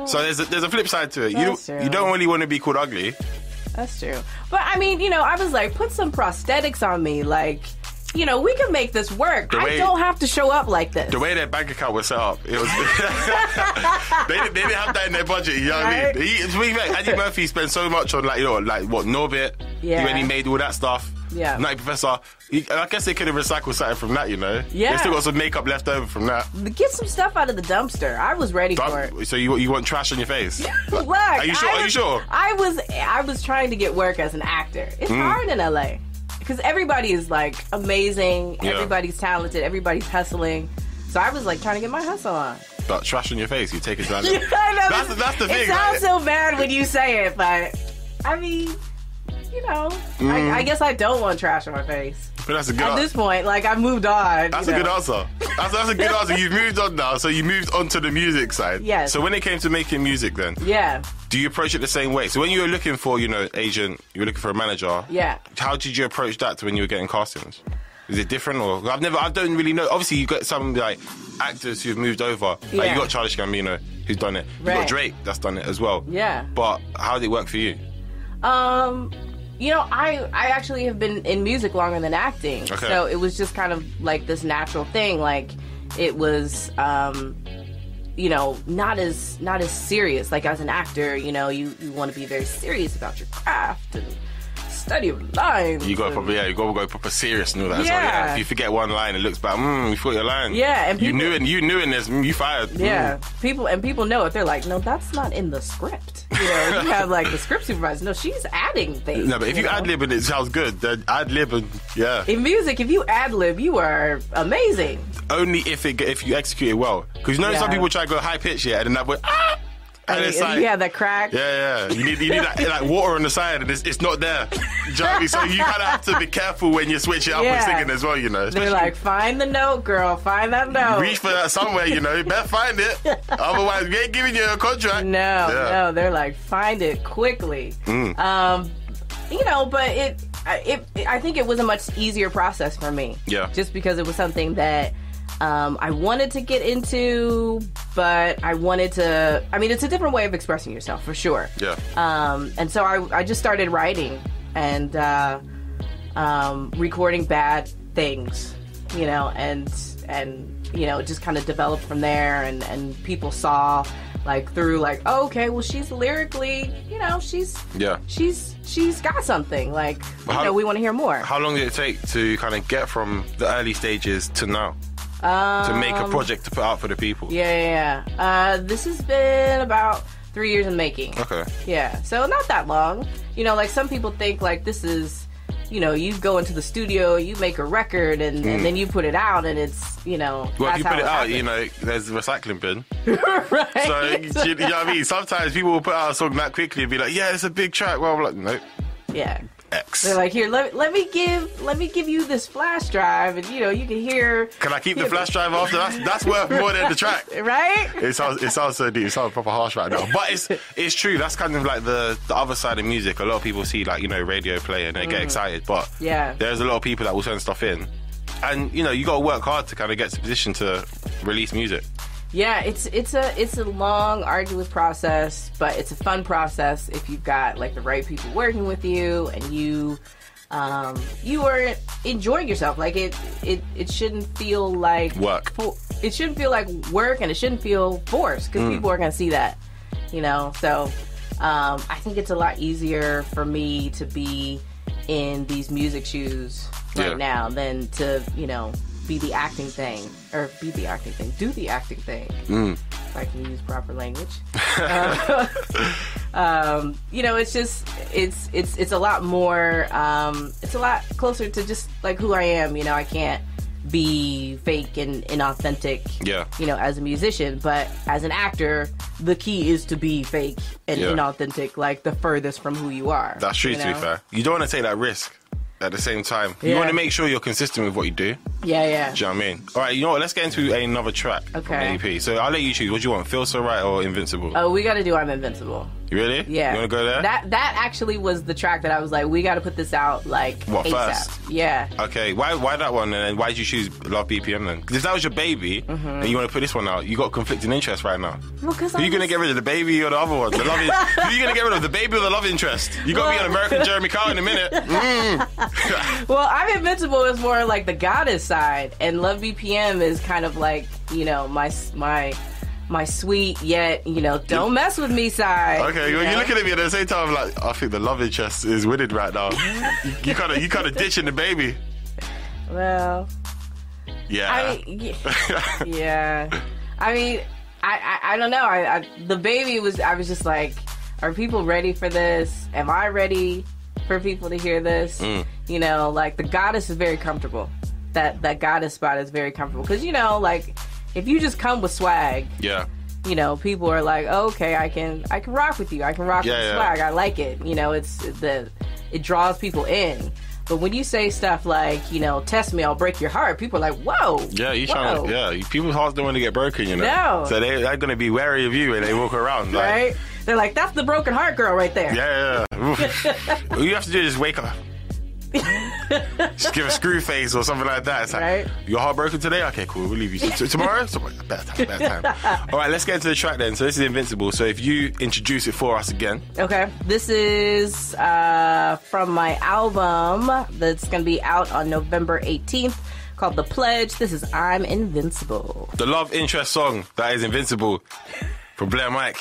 [SPEAKER 1] So there's a, there's a flip side to it. You
[SPEAKER 2] That's true.
[SPEAKER 1] you don't really want to be called ugly.
[SPEAKER 2] That's true. But I mean, you know, I was like, put some prosthetics on me. Like, you know, we can make this work.
[SPEAKER 1] The
[SPEAKER 2] I
[SPEAKER 1] way-
[SPEAKER 2] don't have to show up like this.
[SPEAKER 1] The way their bank account was set up, it was they, didn't- they didn't have that in their budget. You know what
[SPEAKER 2] Right.
[SPEAKER 1] I mean? He, to be fair, Eddie Murphy spent so much on like you know like what Norbit.
[SPEAKER 2] Yeah.
[SPEAKER 1] When he made all that stuff.
[SPEAKER 2] Yeah.
[SPEAKER 1] Night Professor. He, and I guess they could have recycled something from that. You know.
[SPEAKER 2] Yeah.
[SPEAKER 1] They still got some makeup left over from that.
[SPEAKER 2] Get some stuff out of the dumpster. I was ready for it.
[SPEAKER 1] Dump- so you you want trash on your face?
[SPEAKER 2] Look,
[SPEAKER 1] Are you sure?
[SPEAKER 2] I
[SPEAKER 1] Are you
[SPEAKER 2] was-
[SPEAKER 1] sure? Mm.
[SPEAKER 2] I was I was trying to get work as an actor. It's hard in LA because everybody is like amazing.
[SPEAKER 1] Yeah.
[SPEAKER 2] Everybody's talented. Everybody's hustling. So I was like trying to get my hustle on.
[SPEAKER 1] But trash on your face, you take it down.
[SPEAKER 2] I know,
[SPEAKER 1] that's, the- that's the
[SPEAKER 2] It
[SPEAKER 1] thing. Like,
[SPEAKER 2] sounds so bad when you say it, but I mean, you know, I, I guess I don't want trash on my face
[SPEAKER 1] but that's a Mm. good.
[SPEAKER 2] at
[SPEAKER 1] an-
[SPEAKER 2] this point. Like I've moved on.
[SPEAKER 1] That's
[SPEAKER 2] you
[SPEAKER 1] a good
[SPEAKER 2] know.
[SPEAKER 1] answer. That's, that's a good answer. You've moved on now, so you moved on to the music side.
[SPEAKER 2] Yes.
[SPEAKER 1] So when it came to making music, then
[SPEAKER 2] Yeah,
[SPEAKER 1] do you approach it the same way? So when you were looking for, you know, agent, you were looking for a manager.
[SPEAKER 2] Yeah.
[SPEAKER 1] How did you approach that to when you were getting castings? Is it different or I've never I don't really know. Obviously you got some like actors who've moved over. Like
[SPEAKER 2] Yeah.
[SPEAKER 1] you got Charlie Gambino who's done it. You
[SPEAKER 2] Right.
[SPEAKER 1] got Drake that's done it as well.
[SPEAKER 2] Yeah.
[SPEAKER 1] But how did it work for you?
[SPEAKER 2] um, you know, I I actually have been in music longer than acting,
[SPEAKER 1] Okay.
[SPEAKER 2] so it was just kind of like this natural thing. Like it was, um, you know, not as not as serious. Like as an actor, you know, you you want to be very serious about your craft and study your lines.
[SPEAKER 1] You got
[SPEAKER 2] and-
[SPEAKER 1] proper, yeah. You got to go proper serious and all that. as well,
[SPEAKER 2] Yeah.
[SPEAKER 1] yeah. If you forget one line, it looks bad. Mm, you forgot your line.
[SPEAKER 2] Yeah, and
[SPEAKER 1] you
[SPEAKER 2] people-
[SPEAKER 1] knew it. You knew it. This mm, you fired. Mm.
[SPEAKER 2] Yeah, people and people know it. They're like, no, that's not in the script. You know, you have like the script supervisor. No, she's adding things.
[SPEAKER 1] No, but if you
[SPEAKER 2] know?
[SPEAKER 1] ad lib and it sounds good, then ad lib and yeah.
[SPEAKER 2] in music, if you ad lib, you are amazing.
[SPEAKER 1] Only if it if you execute it well, because you know some
[SPEAKER 2] Yeah.
[SPEAKER 1] people try to go high pitch yeah, and then that boy ah, and
[SPEAKER 2] Like,
[SPEAKER 1] it's
[SPEAKER 2] if
[SPEAKER 1] like
[SPEAKER 2] you have that crack.
[SPEAKER 1] Yeah, yeah. You need, you need that, like water on the side, and it's, it's not there. Do you know what I mean? So you kind of have to be careful when you switch it up
[SPEAKER 2] Yeah.
[SPEAKER 1] and singing as well, you know.
[SPEAKER 2] They're
[SPEAKER 1] especially-
[SPEAKER 2] like, "Oh." find the note, girl. Find that note.
[SPEAKER 1] Reach for that somewhere, you know. You better find it. Otherwise, we ain't giving you a contract.
[SPEAKER 2] No,
[SPEAKER 1] Yeah. Mm.
[SPEAKER 2] no, they're like find it quickly. Um, you know, but it, I- it, I think it was a much easier process for me.
[SPEAKER 1] Yeah.
[SPEAKER 2] just because it was something that um, I wanted to get into, but I wanted to. I mean, it's a different way of expressing yourself for sure.
[SPEAKER 1] Yeah.
[SPEAKER 2] Um, and so I, I just started writing and uh, um, recording bad things, you know, and and you know, it just kind of developed from there. And and people saw like through like, oh, okay, well, she's lyrically, you know, she's
[SPEAKER 1] Yeah.
[SPEAKER 2] she's she's got something. Like, you
[SPEAKER 1] How-
[SPEAKER 2] know, we want to hear more.
[SPEAKER 1] How long did it take to kind of get from the early stages to now? to make a project to put out for the people?
[SPEAKER 2] Um, yeah, yeah. yeah. Uh, this has been about three years in the making.
[SPEAKER 1] Okay.
[SPEAKER 2] Yeah, so not that long. You know, like some people think like this is, you know, you go into the studio, you make a record, and, and then you put it out, and it's, you know,
[SPEAKER 1] Hmm. Well, if
[SPEAKER 2] that's
[SPEAKER 1] you put
[SPEAKER 2] how
[SPEAKER 1] it out,
[SPEAKER 2] happened.
[SPEAKER 1] you know, there's the recycling bin.
[SPEAKER 2] right?
[SPEAKER 1] So, you, you know what I mean? Sometimes people will put out a song that quickly and be like, yeah, it's a big track. Well, I'm like, nope,
[SPEAKER 2] yeah.
[SPEAKER 1] X.
[SPEAKER 2] They're like, here, let, let me give let me give you this flash drive, and you know, you can hear,
[SPEAKER 1] Can I keep the flash drive after? That's, that's worth more than the track.
[SPEAKER 2] right?
[SPEAKER 1] It sounds it sounds so deep. It sounds proper harsh right now, but it's it's true. That's kind of like the the other side of music. A lot of people see like you know radio play and they get excited, but
[SPEAKER 2] Mm. Yeah.
[SPEAKER 1] there's a lot of people that will send stuff in, and you know you got to work hard to kind of get to the position to release music.
[SPEAKER 2] Yeah, it's it's a it's a long, arduous process, but it's a fun process if you've got like the right people working with you and you um, you are enjoying yourself. Like it it it shouldn't feel like
[SPEAKER 1] Work.
[SPEAKER 2] fo- it shouldn't feel like work, and it shouldn't feel forced because people are gonna see that, you know. So Um, I think it's a lot easier for me to be in these music shoes right
[SPEAKER 1] Yeah.
[SPEAKER 2] now than to, you know, be the acting thing or be the acting thing, do the acting thing.
[SPEAKER 1] Mm.
[SPEAKER 2] If I can use proper language. um, you know, it's just it's it's it's a lot more. Um, it's a lot closer to just like who I am. You know, I can't be fake and inauthentic.
[SPEAKER 1] Yeah.
[SPEAKER 2] You know, as a musician, but as an actor, the key is to be fake and
[SPEAKER 1] Yeah.
[SPEAKER 2] inauthentic, like the furthest from who you are.
[SPEAKER 1] That's true,
[SPEAKER 2] you
[SPEAKER 1] to be
[SPEAKER 2] know?
[SPEAKER 1] fair. You don't want to take that risk at the same time. You
[SPEAKER 2] Yeah.
[SPEAKER 1] want to make sure you're consistent with what you do.
[SPEAKER 2] Yeah, yeah.
[SPEAKER 1] Do you know what I mean? All right, you know what? Let's get into another track from
[SPEAKER 2] Okay.
[SPEAKER 1] the EP. So I'll let you choose. What do you want? Feel So Right or Invincible?
[SPEAKER 2] Oh, we got to do I'm Invincible.
[SPEAKER 1] You really?
[SPEAKER 2] Yeah.
[SPEAKER 1] You want to go there?
[SPEAKER 2] That that actually was the track that I was like, we got to put this out like
[SPEAKER 1] What,
[SPEAKER 2] ASAP.
[SPEAKER 1] first?
[SPEAKER 2] Yeah.
[SPEAKER 1] Okay, why why that one and then why did you choose Love BPM then? 'Cause if that was your baby
[SPEAKER 2] Mm-hmm.
[SPEAKER 1] and you want to put this one out, you got conflicting interest right now.
[SPEAKER 2] Well, because
[SPEAKER 1] Who you gonna get rid of, the baby or the other one? The love in- who you gonna get rid of, the baby or the love interest? You gotta be an American Jeremy Kyle in a minute. Mm.
[SPEAKER 2] Well, I'm Invincible is more like the goddess side, and Love BPM is kind of like you know my my my sweet yet you know don't mess with me side.
[SPEAKER 1] okay,
[SPEAKER 2] you
[SPEAKER 1] well,
[SPEAKER 2] know?
[SPEAKER 1] you're looking at me at the same time like I think the love interest is winning right now. you kind of you kind of ditching the baby.
[SPEAKER 2] Well,
[SPEAKER 1] Yeah.
[SPEAKER 2] I y- yeah, I mean, I I, I don't know. I, I the baby was I was just like, are people ready for this? Am I ready for people to hear this? You know, like the goddess is very comfortable. That that goddess spot is very comfortable because you know like. If you just come with swag,
[SPEAKER 1] yeah.
[SPEAKER 2] you know, people are like, okay, I can, I can rock with you. I can rock
[SPEAKER 1] Yeah,
[SPEAKER 2] with the
[SPEAKER 1] yeah.
[SPEAKER 2] swag. I like it. You know, it's the, it draws people in. But when you say stuff like, you know, test me, I'll break your heart. People are like, whoa.
[SPEAKER 1] Yeah, you
[SPEAKER 2] whoa.
[SPEAKER 1] trying to, yeah. People's hearts don't want to get broken, you know.
[SPEAKER 2] No.
[SPEAKER 1] So they, they're gonna be wary of you when they walk around. Like,
[SPEAKER 2] Right? They're like, that's the broken heart girl right there.
[SPEAKER 1] Yeah, yeah, yeah. Oof. All you have to do is wake up. Just give a screw face or something like that. It's like,
[SPEAKER 2] Right.
[SPEAKER 1] you're heartbroken today? Okay, cool. We'll leave you. T- tomorrow? Tomorrow. Bad time, bad time. All right, let's get into the track then. So this is Invincible. So if you introduce it for us again.
[SPEAKER 2] Okay. This is uh, from my album that's going to be out on November 18th called The Pledge. This is I'm Invincible.
[SPEAKER 1] The love interest song that is Invincible from Blair Mike.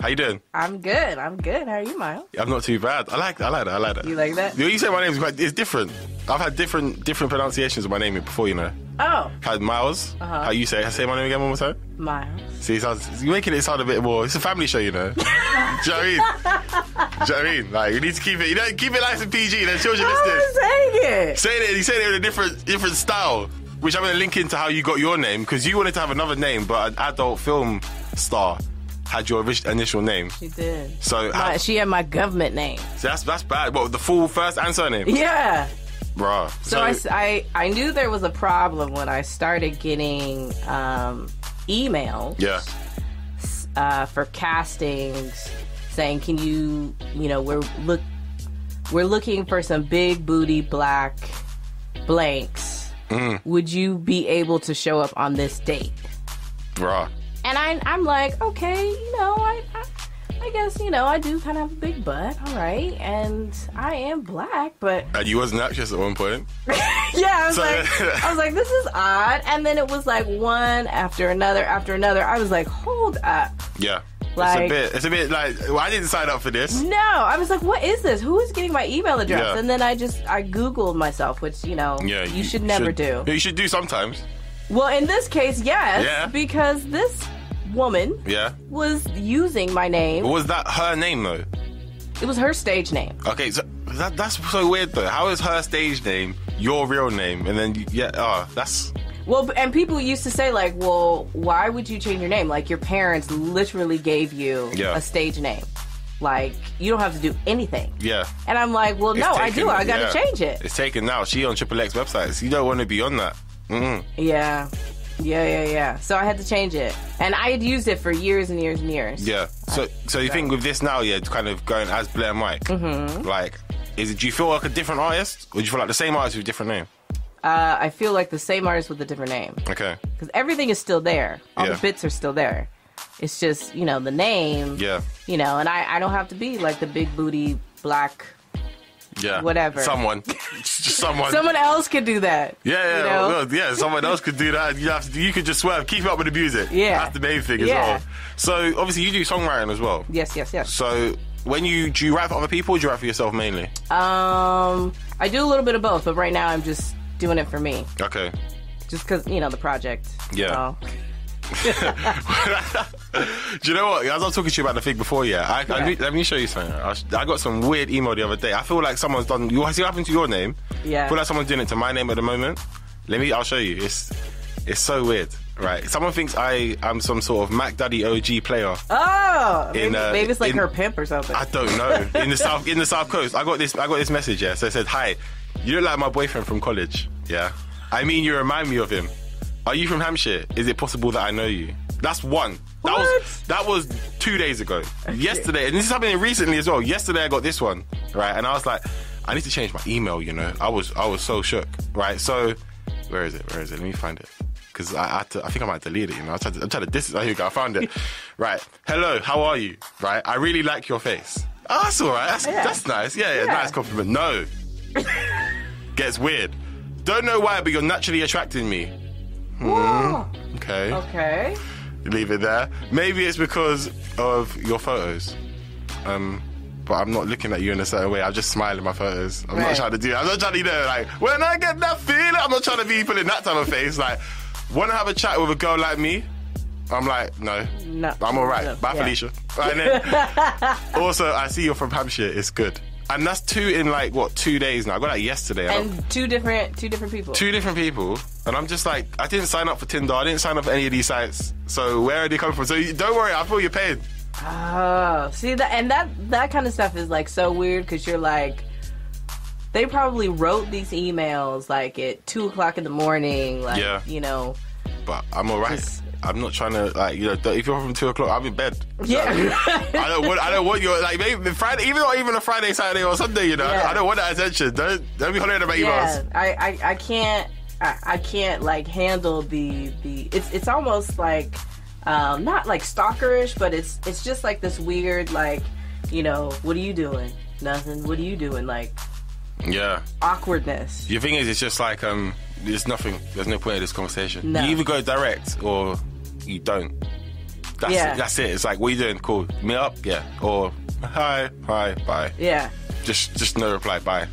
[SPEAKER 1] How you doing?
[SPEAKER 2] I'm good. I'm good. How are you, Miles?
[SPEAKER 1] I'm not too bad. I like that. I like that. I like that.
[SPEAKER 2] You like that?
[SPEAKER 1] You you say my name is quite, it's different. I've had different different pronunciations of my name before, you know.
[SPEAKER 2] Oh,
[SPEAKER 1] Had Miles.
[SPEAKER 2] Uh-huh.
[SPEAKER 1] How you say? Say my name again one more time.
[SPEAKER 2] Miles.
[SPEAKER 1] See, it sounds, you're making it sound a bit more. It's a family show, you know. Do you know what I mean? Do you know what I mean? Like, you need to keep it. You know, keep it nice and PG. The children
[SPEAKER 2] How am
[SPEAKER 1] listening.
[SPEAKER 2] I Oh, saying it?
[SPEAKER 1] Say it. You say it in a different, different style, which I'm gonna link into how you got your name because you wanted to have another name, but an adult film star had your orig- initial name.
[SPEAKER 2] She did.
[SPEAKER 1] So,
[SPEAKER 2] My,
[SPEAKER 1] how-
[SPEAKER 2] Uh, she had my government name.
[SPEAKER 1] so that's that's bad. What the full first and surname,
[SPEAKER 2] Yeah.
[SPEAKER 1] bruh?
[SPEAKER 2] So, I s I I I, knew there was a problem when I started getting um, emails
[SPEAKER 1] yeah,
[SPEAKER 2] uh, for castings saying, "Can you, you know, we're look, we're looking for some big booty black blanks. Would you be able to show up on this date?"
[SPEAKER 1] bruh.
[SPEAKER 2] And I, I'm like, okay, you know, I, I, I guess, you know, I do kind of have a big butt, all right, and I am black, but
[SPEAKER 1] And you was an actress at one point.
[SPEAKER 2] yeah, I was
[SPEAKER 1] So-
[SPEAKER 2] like, I was like, this is odd. And then it was like one after another after another. I was like, hold up,
[SPEAKER 1] Yeah.
[SPEAKER 2] Like- Mm-hmm.
[SPEAKER 1] it's a bit. It's a bit like well, I didn't sign up for this.
[SPEAKER 2] no, I was like, what is this? Who is getting my email address?
[SPEAKER 1] Yeah.
[SPEAKER 2] And then I just I Googled myself, which you know,
[SPEAKER 1] Yeah,
[SPEAKER 2] you, should never do.
[SPEAKER 1] Yeah, You should do sometimes.
[SPEAKER 2] Well, in this case, yes,
[SPEAKER 1] Yeah.
[SPEAKER 2] because this woman
[SPEAKER 1] Yeah.
[SPEAKER 2] was using my name.
[SPEAKER 1] Was that her name though?
[SPEAKER 2] It was her stage name.
[SPEAKER 1] Okay, so that, that's so weird though. How is her stage name your real name? And then you, yeah, oh, that's
[SPEAKER 2] Well, b- and people used to say like, "Well, why would you change your name? Like your parents literally gave you
[SPEAKER 1] Yeah.
[SPEAKER 2] a stage name. Like you don't have to do anything."
[SPEAKER 1] yeah.
[SPEAKER 2] And I'm like, "Well,
[SPEAKER 1] It's
[SPEAKER 2] no, I
[SPEAKER 1] taken-
[SPEAKER 2] do. I got to
[SPEAKER 1] yeah.
[SPEAKER 2] change it."
[SPEAKER 1] It's taken now. She on Triple X websites. You don't want to be on that. Mm-hmm. Mm-mm.
[SPEAKER 2] yeah. Yeah, yeah, yeah. So I had to change it. And I had used it for years and years and years.
[SPEAKER 1] Yeah. So so you think with this now, yeah, kind of going as Blair Mike. Mm-hmm. Like, is it? Do you feel like a different artist, or do you feel like the same artist with a different name?
[SPEAKER 2] Uh, I feel like the same artist with a different name
[SPEAKER 1] Okay.
[SPEAKER 2] cuz everything is still there. All
[SPEAKER 1] Yeah.
[SPEAKER 2] the bits are still there. It's just, you know, the name.
[SPEAKER 1] Yeah.
[SPEAKER 2] You know, and I I don't have to be like the big booty black
[SPEAKER 1] Yeah.
[SPEAKER 2] whatever.
[SPEAKER 1] Someone. Just someone.
[SPEAKER 2] Someone else could do that.
[SPEAKER 1] Yeah, yeah,
[SPEAKER 2] you know?
[SPEAKER 1] well, yeah. Someone else could do that. You have to, you could just swerve. Keep up with the music.
[SPEAKER 2] Yeah.
[SPEAKER 1] that's the main thing as
[SPEAKER 2] Yeah.
[SPEAKER 1] well. So obviously you do songwriting as well.
[SPEAKER 2] Yes, yes, yes.
[SPEAKER 1] So when you do you write for other people, or do you write for yourself mainly?
[SPEAKER 2] Um, I do a little bit of both, but right now I'm just doing it for me,
[SPEAKER 1] Okay.
[SPEAKER 2] just because you know the project.
[SPEAKER 1] Yeah.
[SPEAKER 2] So,
[SPEAKER 1] Do you know what? As I was talking to you about the thing before, yeah. I, I,
[SPEAKER 2] Yeah.
[SPEAKER 1] let me show you something. I, was- I got some weird email the other day. I feel like someone's done. You see what happened to your name?
[SPEAKER 2] Yeah.
[SPEAKER 1] I feel like someone's doing it to my name at the moment. Let me. I'll show you. It's it's so weird. Right. Someone thinks I am some sort of Mac Daddy OG player.
[SPEAKER 2] oh, maybe,
[SPEAKER 1] In, uh,
[SPEAKER 2] maybe it's like
[SPEAKER 1] in-
[SPEAKER 2] her pimp or something.
[SPEAKER 1] I don't know. In the south, in the south coast, I got this. I got this message. Yeah, so it said, "Hi, you look like my boyfriend from college. Yeah, I mean, you remind me of him. Are you from Hampshire? Is it possible that I know you?" That's one. That
[SPEAKER 2] What?
[SPEAKER 1] was that was two days ago. Yesterday, and this is happening recently as well. Yesterday, I got this one right, and I was like, "I need to change my email." You know, I was I was so shook. Right, so where is it? Where is it? Let me find it. Because I, I, had to- I think I might delete it, you know. I tried to, I tried to distance. Oh, here we go. I found it. right. Hello, how are you? Right. I really like your face. Oh, that's all right. That's, that's nice. Yeah, yeah,
[SPEAKER 2] Yeah.
[SPEAKER 1] nice compliment. No. Gets weird. Don't know why, but you're naturally attracting me. mm-hmm.
[SPEAKER 2] Whoa.
[SPEAKER 1] Okay.
[SPEAKER 2] Okay.
[SPEAKER 1] Leave it there. Maybe it's because of your photos. Um, but I'm not looking at you in a certain way. I just smile in my photos. I'm not
[SPEAKER 2] Right.
[SPEAKER 1] trying to do that. I'm not trying to, you know, like, when I get that feeling, I'm not trying to be putting that type of face. Like, want to have a chat with a girl like me? I'm like, no.
[SPEAKER 2] No.
[SPEAKER 1] I'm all right.
[SPEAKER 2] No.
[SPEAKER 1] Bye,
[SPEAKER 2] Yeah.
[SPEAKER 1] Felicia. And then, also, I see you're from Hampshire. It's good. And that's two in, like, what, two days now. I got that yesterday. And I'm-
[SPEAKER 2] And two different, two different people.
[SPEAKER 1] two different people, and I'm just like, I didn't sign up for Tinder. I didn't sign up for any of these sites. So where are they coming from? So you- don't worry, I feel your pain.
[SPEAKER 2] Oh, see that, and that that kind of stuff is like so weird because you're like, they probably wrote these emails like at two o'clock in the morning, like
[SPEAKER 1] Yeah.
[SPEAKER 2] you know,
[SPEAKER 1] But I'm alright.
[SPEAKER 2] Just-
[SPEAKER 1] I'm not trying to like you know. If you're from two o'clock, I'm in bed.
[SPEAKER 2] yeah,
[SPEAKER 1] I don't want. I don't want your like maybe Friday, even not even a Friday, Saturday, or Sunday. You know,
[SPEAKER 2] Yeah.
[SPEAKER 1] I don't want that attention. Don't don't be hollering about
[SPEAKER 2] yeah.
[SPEAKER 1] emails.
[SPEAKER 2] I, I I can't I, I can't like handle the the it's it's almost like um, not like stalkerish, but it's it's just like this weird like you know what are you doing nothing what are you doing like
[SPEAKER 1] Yeah.
[SPEAKER 2] awkwardness
[SPEAKER 1] Your thing is, it's just like um, there's nothing. There's no point in this conversation.
[SPEAKER 2] No.
[SPEAKER 1] You either go direct or you don't. That's
[SPEAKER 2] Yeah.
[SPEAKER 1] it. That's it. It's like, what are you doing? Cool. Meet up. Yeah. Or hi, hi, bye.
[SPEAKER 2] yeah.
[SPEAKER 1] Just, just no reply. Bye.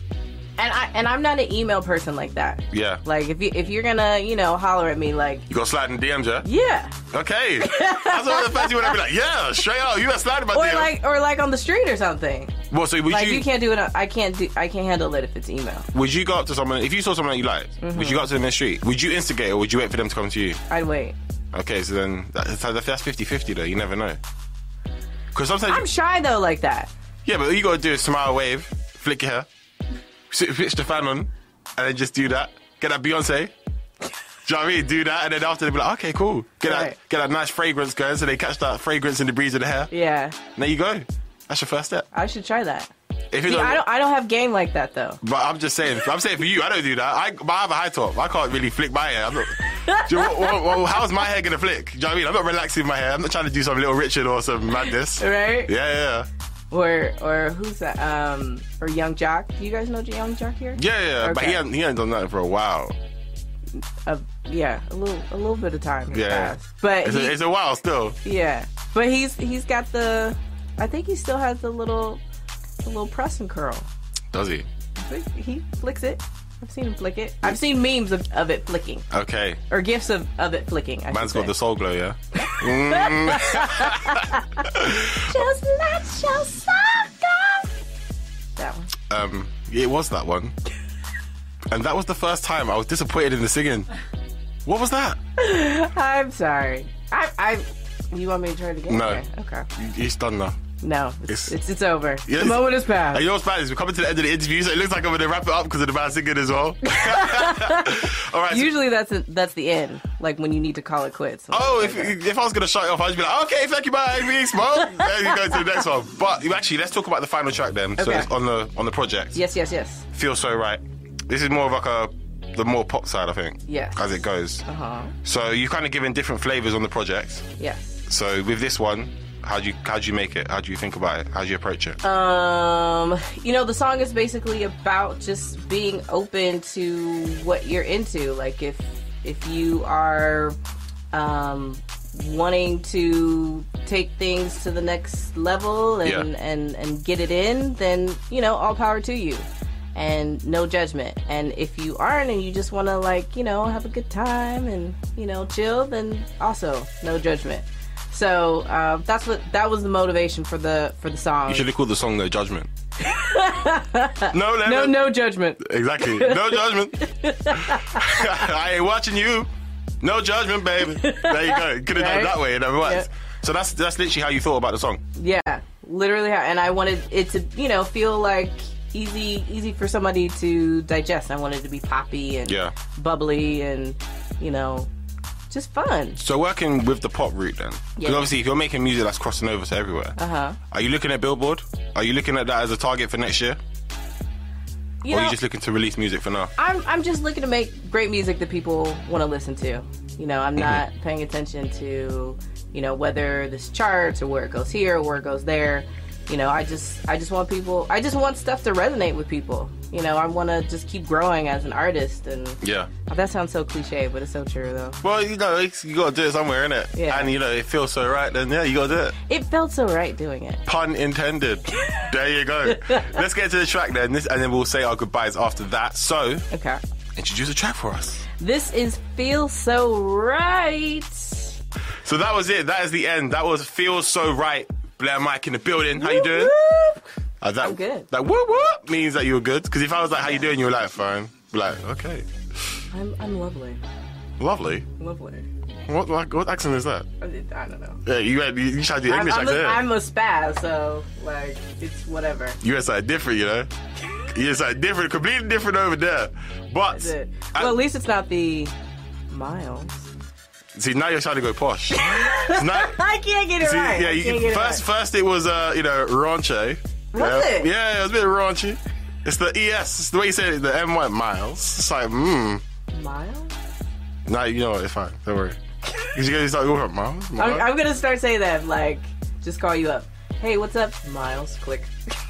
[SPEAKER 2] And I and I'm not an email person like that.
[SPEAKER 1] Yeah.
[SPEAKER 2] Like if you if you're gonna you know holler at me like
[SPEAKER 1] You got sliding DMs, yeah?
[SPEAKER 2] yeah
[SPEAKER 1] Okay. That's one of the first you want to be like, yeah, straight up. You got sliding my
[SPEAKER 2] or
[SPEAKER 1] DM.
[SPEAKER 2] like or like on the street or something
[SPEAKER 1] well, so would
[SPEAKER 2] like
[SPEAKER 1] you,
[SPEAKER 2] you, can't do it on- I can't do I can't handle it if it's email
[SPEAKER 1] would you go up to someone if you saw someone that you liked?
[SPEAKER 2] Mm-hmm.
[SPEAKER 1] Would you go up to them in the street? Would you instigate or would you wait for them to come to you?
[SPEAKER 2] I'd wait
[SPEAKER 1] Okay, so then that's, that's 50-50 though. You never know. Because sometimes
[SPEAKER 2] I'm shy though like that
[SPEAKER 1] Yeah, but all you gotta do is smile, wave, flick your hair, sit- switch the fan on, and then just do that. Get that Beyonce. Do you know what I mean? Do that, and then after they be like, okay, cool. Get
[SPEAKER 2] Right.
[SPEAKER 1] that, get that nice fragrance going, so they catch that fragrance in the breeze of the hair.
[SPEAKER 2] yeah
[SPEAKER 1] And there you go. That's your first step.
[SPEAKER 2] I should try that
[SPEAKER 1] If you
[SPEAKER 2] See,
[SPEAKER 1] don't,
[SPEAKER 2] I don't I don't have game like that though
[SPEAKER 1] but I'm just saying, I'm saying for you, I don't do that. I, but I have a high top. I can't really flick my hair. I'm not, do you know, what- what- what- how's my hair gonna flick? Do you know what I mean? I'm not relaxing my hair. I'm not trying to do some little Richard or some madness.
[SPEAKER 2] right
[SPEAKER 1] Yeah, yeah,
[SPEAKER 2] or or who's that um or Young Jock do you guys know Young Jock here
[SPEAKER 1] yeah, yeah. yeah. But he
[SPEAKER 2] Okay.
[SPEAKER 1] hasn't, he hasn't done that for a while.
[SPEAKER 2] a, yeah a little a little bit of time has
[SPEAKER 1] Yeah.
[SPEAKER 2] passed. but
[SPEAKER 1] It's
[SPEAKER 2] he-
[SPEAKER 1] a, it's a while still.
[SPEAKER 2] Yeah, but he's he's got the. I think he still has the little, the little press and curl.
[SPEAKER 1] Does he?
[SPEAKER 2] I think He flicks it. I've seen him flick it. I've seen memes of, of it flicking
[SPEAKER 1] Okay.
[SPEAKER 2] or gifs of, of it flicking. I
[SPEAKER 1] Man's
[SPEAKER 2] should
[SPEAKER 1] got the
[SPEAKER 2] say.
[SPEAKER 1] soul glow, yeah?
[SPEAKER 2] Just let yourself go. That one.
[SPEAKER 1] Um, it was that one. And that was the first time I was disappointed in the singing. What was that?
[SPEAKER 2] I'm sorry. I I. You want me to try it again?
[SPEAKER 1] No.
[SPEAKER 2] Okay. okay.
[SPEAKER 1] It's done now.
[SPEAKER 2] No.
[SPEAKER 1] It's-
[SPEAKER 2] It's it's, it's over.
[SPEAKER 1] Yes.
[SPEAKER 2] The moment is
[SPEAKER 1] And
[SPEAKER 2] past.
[SPEAKER 1] you know what's bad is we're coming to the end of the interview, so it looks like I'm going to wrap it up because of the bad singing as well. All right. so-
[SPEAKER 2] Usually that's a, that's the end. Like when you need to call it quits.
[SPEAKER 1] Oh,
[SPEAKER 2] Like
[SPEAKER 1] if,
[SPEAKER 2] that.
[SPEAKER 1] if I was gonna shut it off, I'd just be like, okay, thank you, bye, thanks, mom. There you go to the next one. But you- actually, let's talk about the final track then. So
[SPEAKER 2] Okay.
[SPEAKER 1] it's on the on the project.
[SPEAKER 2] yes, yes, yes.
[SPEAKER 1] Feel so right. This is more of like a the more pop side, I think.
[SPEAKER 2] Yes.
[SPEAKER 1] As it goes.
[SPEAKER 2] Uh huh.
[SPEAKER 1] So you kind of given different flavors on the project.
[SPEAKER 2] Yes.
[SPEAKER 1] So with this one, How do you how do you make it? How do you think about it? How do you approach it?
[SPEAKER 2] Um, you know, the song is basically about just being open to what you're into. Like if if you are um, wanting to take things to the next level and,
[SPEAKER 1] Yeah.
[SPEAKER 2] and and get it in, then you know, all power to you. And no judgment. And if you aren't, and you just want to like, you know, have a good time and you know, chill, then also no judgment. So um, that's what that was the motivation for the for the song.
[SPEAKER 1] you should have called the song No Judgment. no, no,
[SPEAKER 2] No, no judgment.
[SPEAKER 1] Exactly. No judgment. I ain't watching you. No judgment, baby. There you go. Could have done it
[SPEAKER 2] Right?
[SPEAKER 1] that way. You know what?
[SPEAKER 2] Yep.
[SPEAKER 1] So that's that's literally how you thought about the song.
[SPEAKER 2] Yeah, literally. how- And I wanted it to, you know, feel like easy, easy for somebody to digest. I wanted it to be poppy and
[SPEAKER 1] Yeah.
[SPEAKER 2] bubbly and, you know, just fun.
[SPEAKER 1] So working with the pop route then, because
[SPEAKER 2] Yeah.
[SPEAKER 1] obviously if you're making music that's crossing over to everywhere,
[SPEAKER 2] Uh-huh.
[SPEAKER 1] are you looking at Billboard? Are you looking at that as a target for next year,
[SPEAKER 2] You
[SPEAKER 1] or are
[SPEAKER 2] know,
[SPEAKER 1] you just looking to release music for now?
[SPEAKER 2] I'm I'm just looking to make great music that people want to listen to. You know,
[SPEAKER 1] Mm-hmm.
[SPEAKER 2] I'm not paying attention to, you know, whether this charts or where it goes here or where it goes there. You know, I just I just want people I just want stuff to resonate with people. You know, I want to just keep growing as an artist and
[SPEAKER 1] Yeah.
[SPEAKER 2] Oh, That sounds so cliche, but it's so true though.
[SPEAKER 1] Well, you know, it's, you gotta do it somewhere, innit?
[SPEAKER 2] Yeah.
[SPEAKER 1] And you know, it feels so right. Then yeah, you gotta do it.
[SPEAKER 2] It felt so right doing it.
[SPEAKER 1] Pun intended. there you go. Let's get to the track then, this, and then we'll say our goodbyes after that. So,
[SPEAKER 2] Okay.
[SPEAKER 1] introduce a track for us.
[SPEAKER 2] This is Feel So Right.
[SPEAKER 1] So that was it. That is the end. That was feels so right. Blair Mike in the building. How you doing? Uh, that,
[SPEAKER 2] I'm good.
[SPEAKER 1] That whoop whoop means that you were good. Because if I was like, how you doing? You were like, fine. Be like, okay,
[SPEAKER 2] I'm, I'm lovely.
[SPEAKER 1] lovely.
[SPEAKER 2] Lovely.
[SPEAKER 1] What like, what accent is that?
[SPEAKER 2] I did- I don't know.
[SPEAKER 1] Yeah, you had- you, you tried to do
[SPEAKER 2] I'm,
[SPEAKER 1] English
[SPEAKER 2] I'm,
[SPEAKER 1] accent.
[SPEAKER 2] a, I'm a spaz, so like it's whatever.
[SPEAKER 1] you had something different, you know. You had something different, completely different over there. But
[SPEAKER 2] That's it.
[SPEAKER 1] I-
[SPEAKER 2] Well, at least it's not the miles.
[SPEAKER 1] see, now you're trying to go posh. now,
[SPEAKER 2] I can't get it
[SPEAKER 1] See,
[SPEAKER 2] right.
[SPEAKER 1] yeah,
[SPEAKER 2] I
[SPEAKER 1] you,
[SPEAKER 2] can't get it
[SPEAKER 1] first
[SPEAKER 2] right.
[SPEAKER 1] first it was uh, you know, raunchy.
[SPEAKER 2] Was
[SPEAKER 1] yeah.
[SPEAKER 2] it?
[SPEAKER 1] Yeah, it was a bit raunchy. It's the ES, it's the way you said it, the M Y miles. It's like, mmm.
[SPEAKER 2] miles.
[SPEAKER 1] Now you know what, it's fine, don't worry. Because you guys start going, miles?
[SPEAKER 2] I'm,
[SPEAKER 1] miles?
[SPEAKER 2] I'm gonna start saying that. Like, just call you up. Hey, what's up, Miles? Click.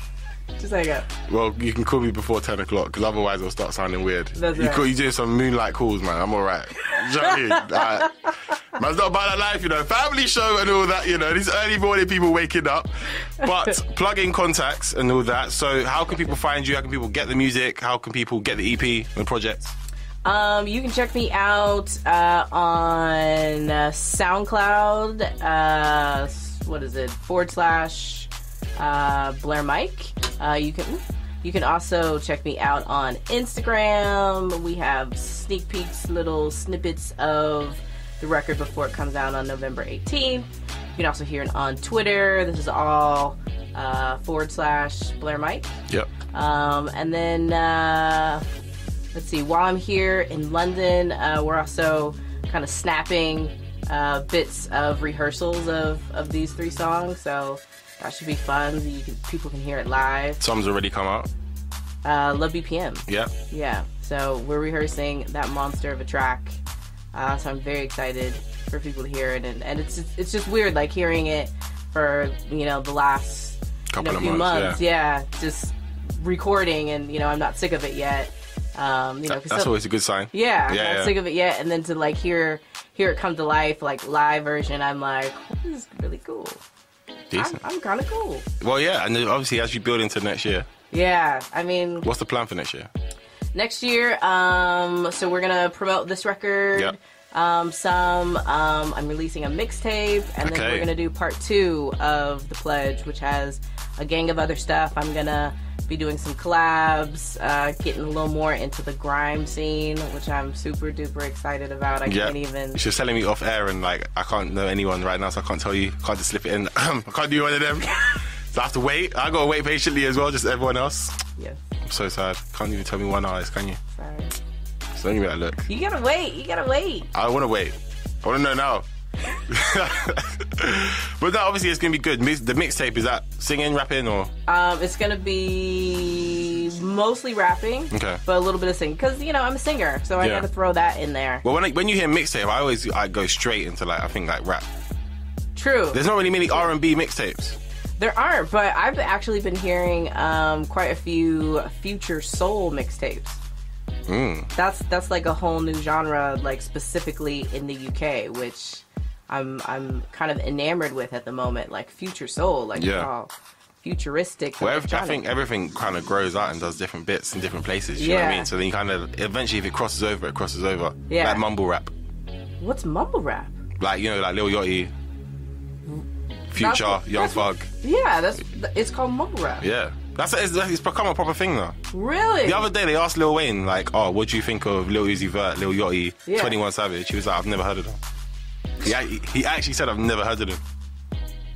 [SPEAKER 2] just hang up.
[SPEAKER 1] Well, you can call me before 10 o'clock, because otherwise it'll start sounding weird.
[SPEAKER 2] That's
[SPEAKER 1] you
[SPEAKER 2] right.
[SPEAKER 1] call, you doing some moonlight calls, man. I'm alright. you know what I mean? Alright. Man's not about that life, you know. Family show and all that, you know. These early morning people waking up. But plug in contacts and all that. So, how can people find you? How can people get the music? How can people get the EP and the project?
[SPEAKER 2] Um, you can check me out uh, on uh, SoundCloud. Uh, s- what is it? Forward slash uh, Blair Mike. Uh, you can you can also check me out on Instagram. We have sneak peeks, little snippets of the record before it comes out on November 18th. You can also hear it on Twitter. This is all uh, forward slash Blair Mike.
[SPEAKER 1] Yep.
[SPEAKER 2] Um, and then uh, let's see. While I'm here in London, uh, we're also kind of snapping uh, bits of rehearsals of of these three songs. So that should be fun. You can, people can hear it live.
[SPEAKER 1] Some's already come out.
[SPEAKER 2] Uh, Love BPM.
[SPEAKER 1] Yeah.
[SPEAKER 2] Yeah. So we're rehearsing that monster of a track. Uh, so I'm very excited for people to hear it, and, and it's just, it's just weird like hearing it for you know the last you know,
[SPEAKER 1] Couple of
[SPEAKER 2] few
[SPEAKER 1] months,
[SPEAKER 2] yeah. just recording, and you know I'm not sick of it yet. Um, you know, 'cause
[SPEAKER 1] That's
[SPEAKER 2] so-
[SPEAKER 1] always a good sign.
[SPEAKER 2] yeah, I'm
[SPEAKER 1] Yeah,
[SPEAKER 2] not
[SPEAKER 1] yeah.
[SPEAKER 2] sick of it yet, and then to like hear hear it come to life, like live version, I'm like, this is really cool. I'm,
[SPEAKER 1] Decent.
[SPEAKER 2] I'm kind of cool.
[SPEAKER 1] Well, yeah, and then obviously as you build into next year,
[SPEAKER 2] Yeah, I mean,
[SPEAKER 1] what's the plan for next year?
[SPEAKER 2] next year um so we're gonna promote this record
[SPEAKER 1] Yep.
[SPEAKER 2] um some um i'm releasing a mixtape and then
[SPEAKER 1] Okay.
[SPEAKER 2] we're gonna do part two of the pledge which has a gang of other stuff i'm gonna be doing some collabs uh getting a little more into the grime scene which i'm super duper excited about i
[SPEAKER 1] Yeah.
[SPEAKER 2] can't even
[SPEAKER 1] She was telling me off air, and like I can't know anyone right now, so I can't tell you. Can't just slip it in. I can't do one of them. so I have to wait. I gotta wait patiently as well, just everyone else.
[SPEAKER 2] yes
[SPEAKER 1] I'm so sad. Can't even tell me one artist, can you?
[SPEAKER 2] sorry
[SPEAKER 1] So anyway, I look.
[SPEAKER 2] you gotta wait you gotta wait
[SPEAKER 1] I want to wait. I want to know now. but no, obviously it's gonna be good. Mix- The mixtape is that singing, rapping, or
[SPEAKER 2] Um, it's gonna be mostly rapping,
[SPEAKER 1] Okay.
[SPEAKER 2] but a little bit of singing because you know I'm a singer, so I
[SPEAKER 1] Yeah.
[SPEAKER 2] gotta throw that in there.
[SPEAKER 1] well, when I, when you hear mixtape, I always I go straight into like I think like rap.
[SPEAKER 2] True.
[SPEAKER 1] There's not really many R and B mixtapes.
[SPEAKER 2] There aren't, but I've actually been hearing um, quite a few future soul mixtapes.
[SPEAKER 1] Hmm.
[SPEAKER 2] That's that's like a whole new genre, like specifically in the UK, which I'm I'm kind of enamored with at the moment. Like future soul, like
[SPEAKER 1] Yeah.
[SPEAKER 2] how futuristic.
[SPEAKER 1] Well, ev- I
[SPEAKER 2] electronic.
[SPEAKER 1] think everything kind of grows out and does different bits in different places. You know what I
[SPEAKER 2] Yeah.
[SPEAKER 1] mean? So then you kind of eventually, if it crosses over, it crosses over.
[SPEAKER 2] Yeah.
[SPEAKER 1] Like mumble rap,
[SPEAKER 2] what's mumble rap?
[SPEAKER 1] like you know, like Lil Yachty, Future,
[SPEAKER 2] That's-
[SPEAKER 1] Young
[SPEAKER 2] that's what-
[SPEAKER 1] Thug.
[SPEAKER 2] Yeah, that's it's called mumble rap.
[SPEAKER 1] Yeah, that's it's, it's become a proper thing now.
[SPEAKER 2] Really?
[SPEAKER 1] The other day they asked Lil Wayne, like, oh, what do you think of Lil Uzi Vert, Lil Yachty,
[SPEAKER 2] Yeah.
[SPEAKER 1] 21 Savage? He was like, I've never heard of them. He, ac- he actually said, I've never heard of them.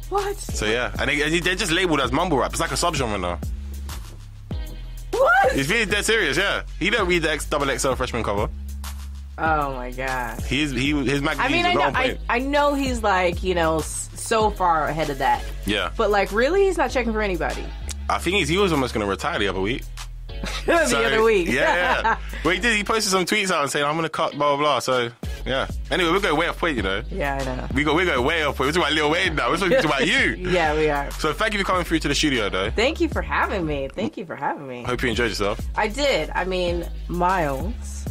[SPEAKER 2] what?
[SPEAKER 1] So yeah, and, they, and they're just labeled as mumble rap. It's like a subgenre now.
[SPEAKER 2] What?
[SPEAKER 1] He's really dead serious, yeah. He don't read the X double XL freshman cover.
[SPEAKER 2] Oh my god.
[SPEAKER 1] He is, he his
[SPEAKER 2] I
[SPEAKER 1] magazine
[SPEAKER 2] mean, I
[SPEAKER 1] is
[SPEAKER 2] know,
[SPEAKER 1] wrong
[SPEAKER 2] I,
[SPEAKER 1] point.
[SPEAKER 2] I know he's like you know s- so far ahead of that.
[SPEAKER 1] Yeah,
[SPEAKER 2] But like, really, he's not checking for anybody.
[SPEAKER 1] I think he's, he was almost gonna retire the other week.
[SPEAKER 2] the
[SPEAKER 1] So-
[SPEAKER 2] other week.
[SPEAKER 1] Yeah, yeah. well, he did. He posted some tweets out saying, "I'm gonna cut blah blah blah." So yeah. Anyway, we're going way off point, you know.
[SPEAKER 2] Yeah, I know.
[SPEAKER 1] We go we're going way off point. We're talking about Lil Wayne now. We're talking about you.
[SPEAKER 2] Yeah, we are.
[SPEAKER 1] So thank you for coming through to the studio, though.
[SPEAKER 2] Thank you for having me. Thank you for having me.
[SPEAKER 1] Hope you enjoyed yourself.
[SPEAKER 2] I did. I mean, Miles.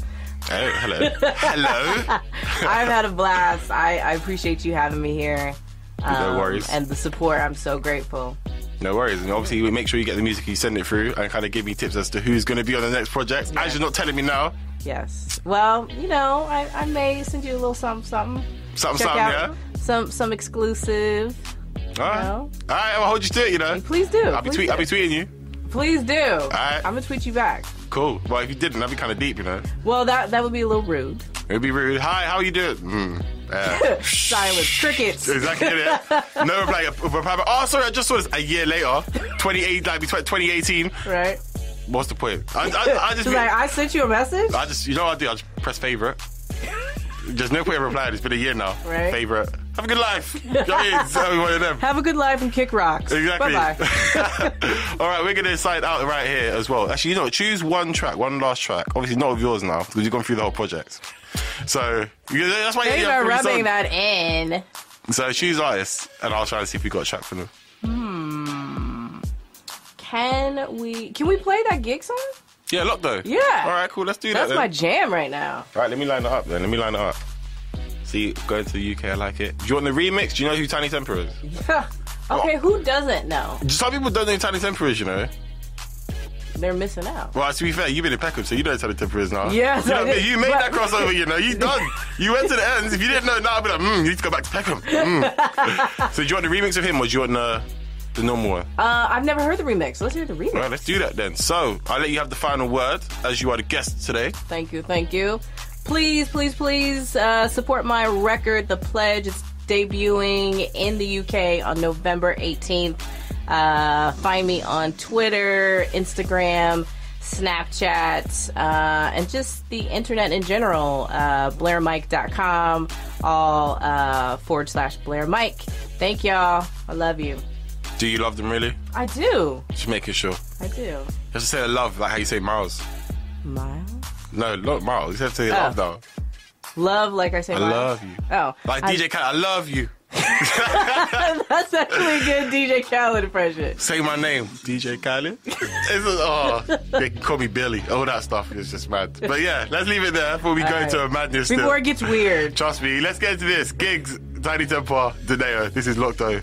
[SPEAKER 1] Oh, hello. hello.
[SPEAKER 2] I've had a blast. I, I appreciate you having me here.
[SPEAKER 1] No
[SPEAKER 2] um,
[SPEAKER 1] worries.
[SPEAKER 2] And the support. I'm so grateful.
[SPEAKER 1] No worries. And obviously, we make sure you get the music, you send it through, and kind of give me tips as to who's going to be on the next project. As you're not telling me now,
[SPEAKER 2] Yes. Well, you know, I, I may send you a little something, something.
[SPEAKER 1] something,
[SPEAKER 2] Check
[SPEAKER 1] something,
[SPEAKER 2] out some some exclusive.
[SPEAKER 1] yeah? All right.
[SPEAKER 2] know?
[SPEAKER 1] All right, I'll hold you to it, you know.
[SPEAKER 2] Please do.
[SPEAKER 1] I'll be,
[SPEAKER 2] please
[SPEAKER 1] tweet,
[SPEAKER 2] do.
[SPEAKER 1] I'll be tweeting you.
[SPEAKER 2] Please do.
[SPEAKER 1] right.
[SPEAKER 2] I'm gonna tweet you back.
[SPEAKER 1] Cool. Well, if you didn't, that'd be kind of deep, you know.
[SPEAKER 2] Well, that that would be a little rude.
[SPEAKER 1] It would be rude. Hi, how you doing? Mm. Yeah.
[SPEAKER 2] Silence. Crickets.
[SPEAKER 1] exactly. Yeah. No reply. reply. Oh, sorry, I just saw this a year later. 2018, like, 2018.
[SPEAKER 2] Right.
[SPEAKER 1] What's the point? I, I, I just.
[SPEAKER 2] She's like, I sent you a message.
[SPEAKER 1] I just, you know what I do? I just press favorite. There's no point in replying. It's been a year now.
[SPEAKER 2] Right.
[SPEAKER 1] Favorite. Have a good life. You know what I mean? So, one of them.
[SPEAKER 2] Have a good life and kick rocks.
[SPEAKER 1] Exactly.
[SPEAKER 2] Bye bye.
[SPEAKER 1] All right, we're gonna sign out right here as well. Actually, you know, what? choose one track, one last track. Obviously, not of yours now because you've gone through the whole project. So you- that's why
[SPEAKER 2] They
[SPEAKER 1] you
[SPEAKER 2] are
[SPEAKER 1] have three songs.
[SPEAKER 2] rubbing that in.
[SPEAKER 1] So choose artists, and I'll try and see if we got a track for them.
[SPEAKER 2] Can we? Can we play that gig song?
[SPEAKER 1] Yeah, lock though.
[SPEAKER 2] Yeah.
[SPEAKER 1] All right, cool. Let's do
[SPEAKER 2] That's
[SPEAKER 1] that.
[SPEAKER 2] my
[SPEAKER 1] then.
[SPEAKER 2] jam right now.
[SPEAKER 1] All right, let me line it up then. Let me line it up. See, going to the UK, I like it. Do you want the remix? Do you know who Tiny Temper is?
[SPEAKER 2] okay, who doesn't know?
[SPEAKER 1] Some people don't know who Tiny Temper is, you know.
[SPEAKER 2] They're missing out.
[SPEAKER 1] Well, to be fair, you've been in Peckham, so you know Tiny Temper is now.
[SPEAKER 2] Yes,
[SPEAKER 1] you, know
[SPEAKER 2] I
[SPEAKER 1] what I mean?
[SPEAKER 2] did.
[SPEAKER 1] you made that
[SPEAKER 2] But-
[SPEAKER 1] crossover, you know. You done. You went to the ends. If you didn't know now, I'd be like, mm, you need to go back to Peckham. Mm. so, do you want the remix of him or do you want the, the normal one?
[SPEAKER 2] Uh, I've never heard the remix. Let's hear the remix.
[SPEAKER 1] All right, let's do that then. So, I'll let you have the final word as you are the guest today.
[SPEAKER 2] Thank you, thank you. Please, please, please uh, support my record, The Pledge. It's debuting in the UK on November 18th. Uh, find me on Twitter, Instagram, Snapchat, uh, and just the internet in general. Uh, BlairMike.com, all uh, forward slash Blair Mike. Thank y'all. I love you.
[SPEAKER 1] Do you love them really?
[SPEAKER 2] I do.
[SPEAKER 1] Just making sure. You
[SPEAKER 2] I do.
[SPEAKER 1] have to say the love, like how you say Miles.
[SPEAKER 2] Miles?
[SPEAKER 1] No, not Miles. You have to say love
[SPEAKER 2] Oh.
[SPEAKER 1] now.
[SPEAKER 2] Love, like I say,
[SPEAKER 1] I
[SPEAKER 2] Miles.
[SPEAKER 1] love you.
[SPEAKER 2] Oh,
[SPEAKER 1] Like
[SPEAKER 2] I-
[SPEAKER 1] DJ Khaled, I love you.
[SPEAKER 2] That's actually a good DJ Khaled impression.
[SPEAKER 1] Say my name, DJ Khaled. It's just- oh, they can call me Billy. All that stuff is just mad. But yeah, let's leave it there before we go
[SPEAKER 2] right.
[SPEAKER 1] into a madness.
[SPEAKER 2] Before it
[SPEAKER 1] still.
[SPEAKER 2] gets weird.
[SPEAKER 1] Trust me, let's get into this. Gigs, Tiny Temper, Daneo. This is Lockdo.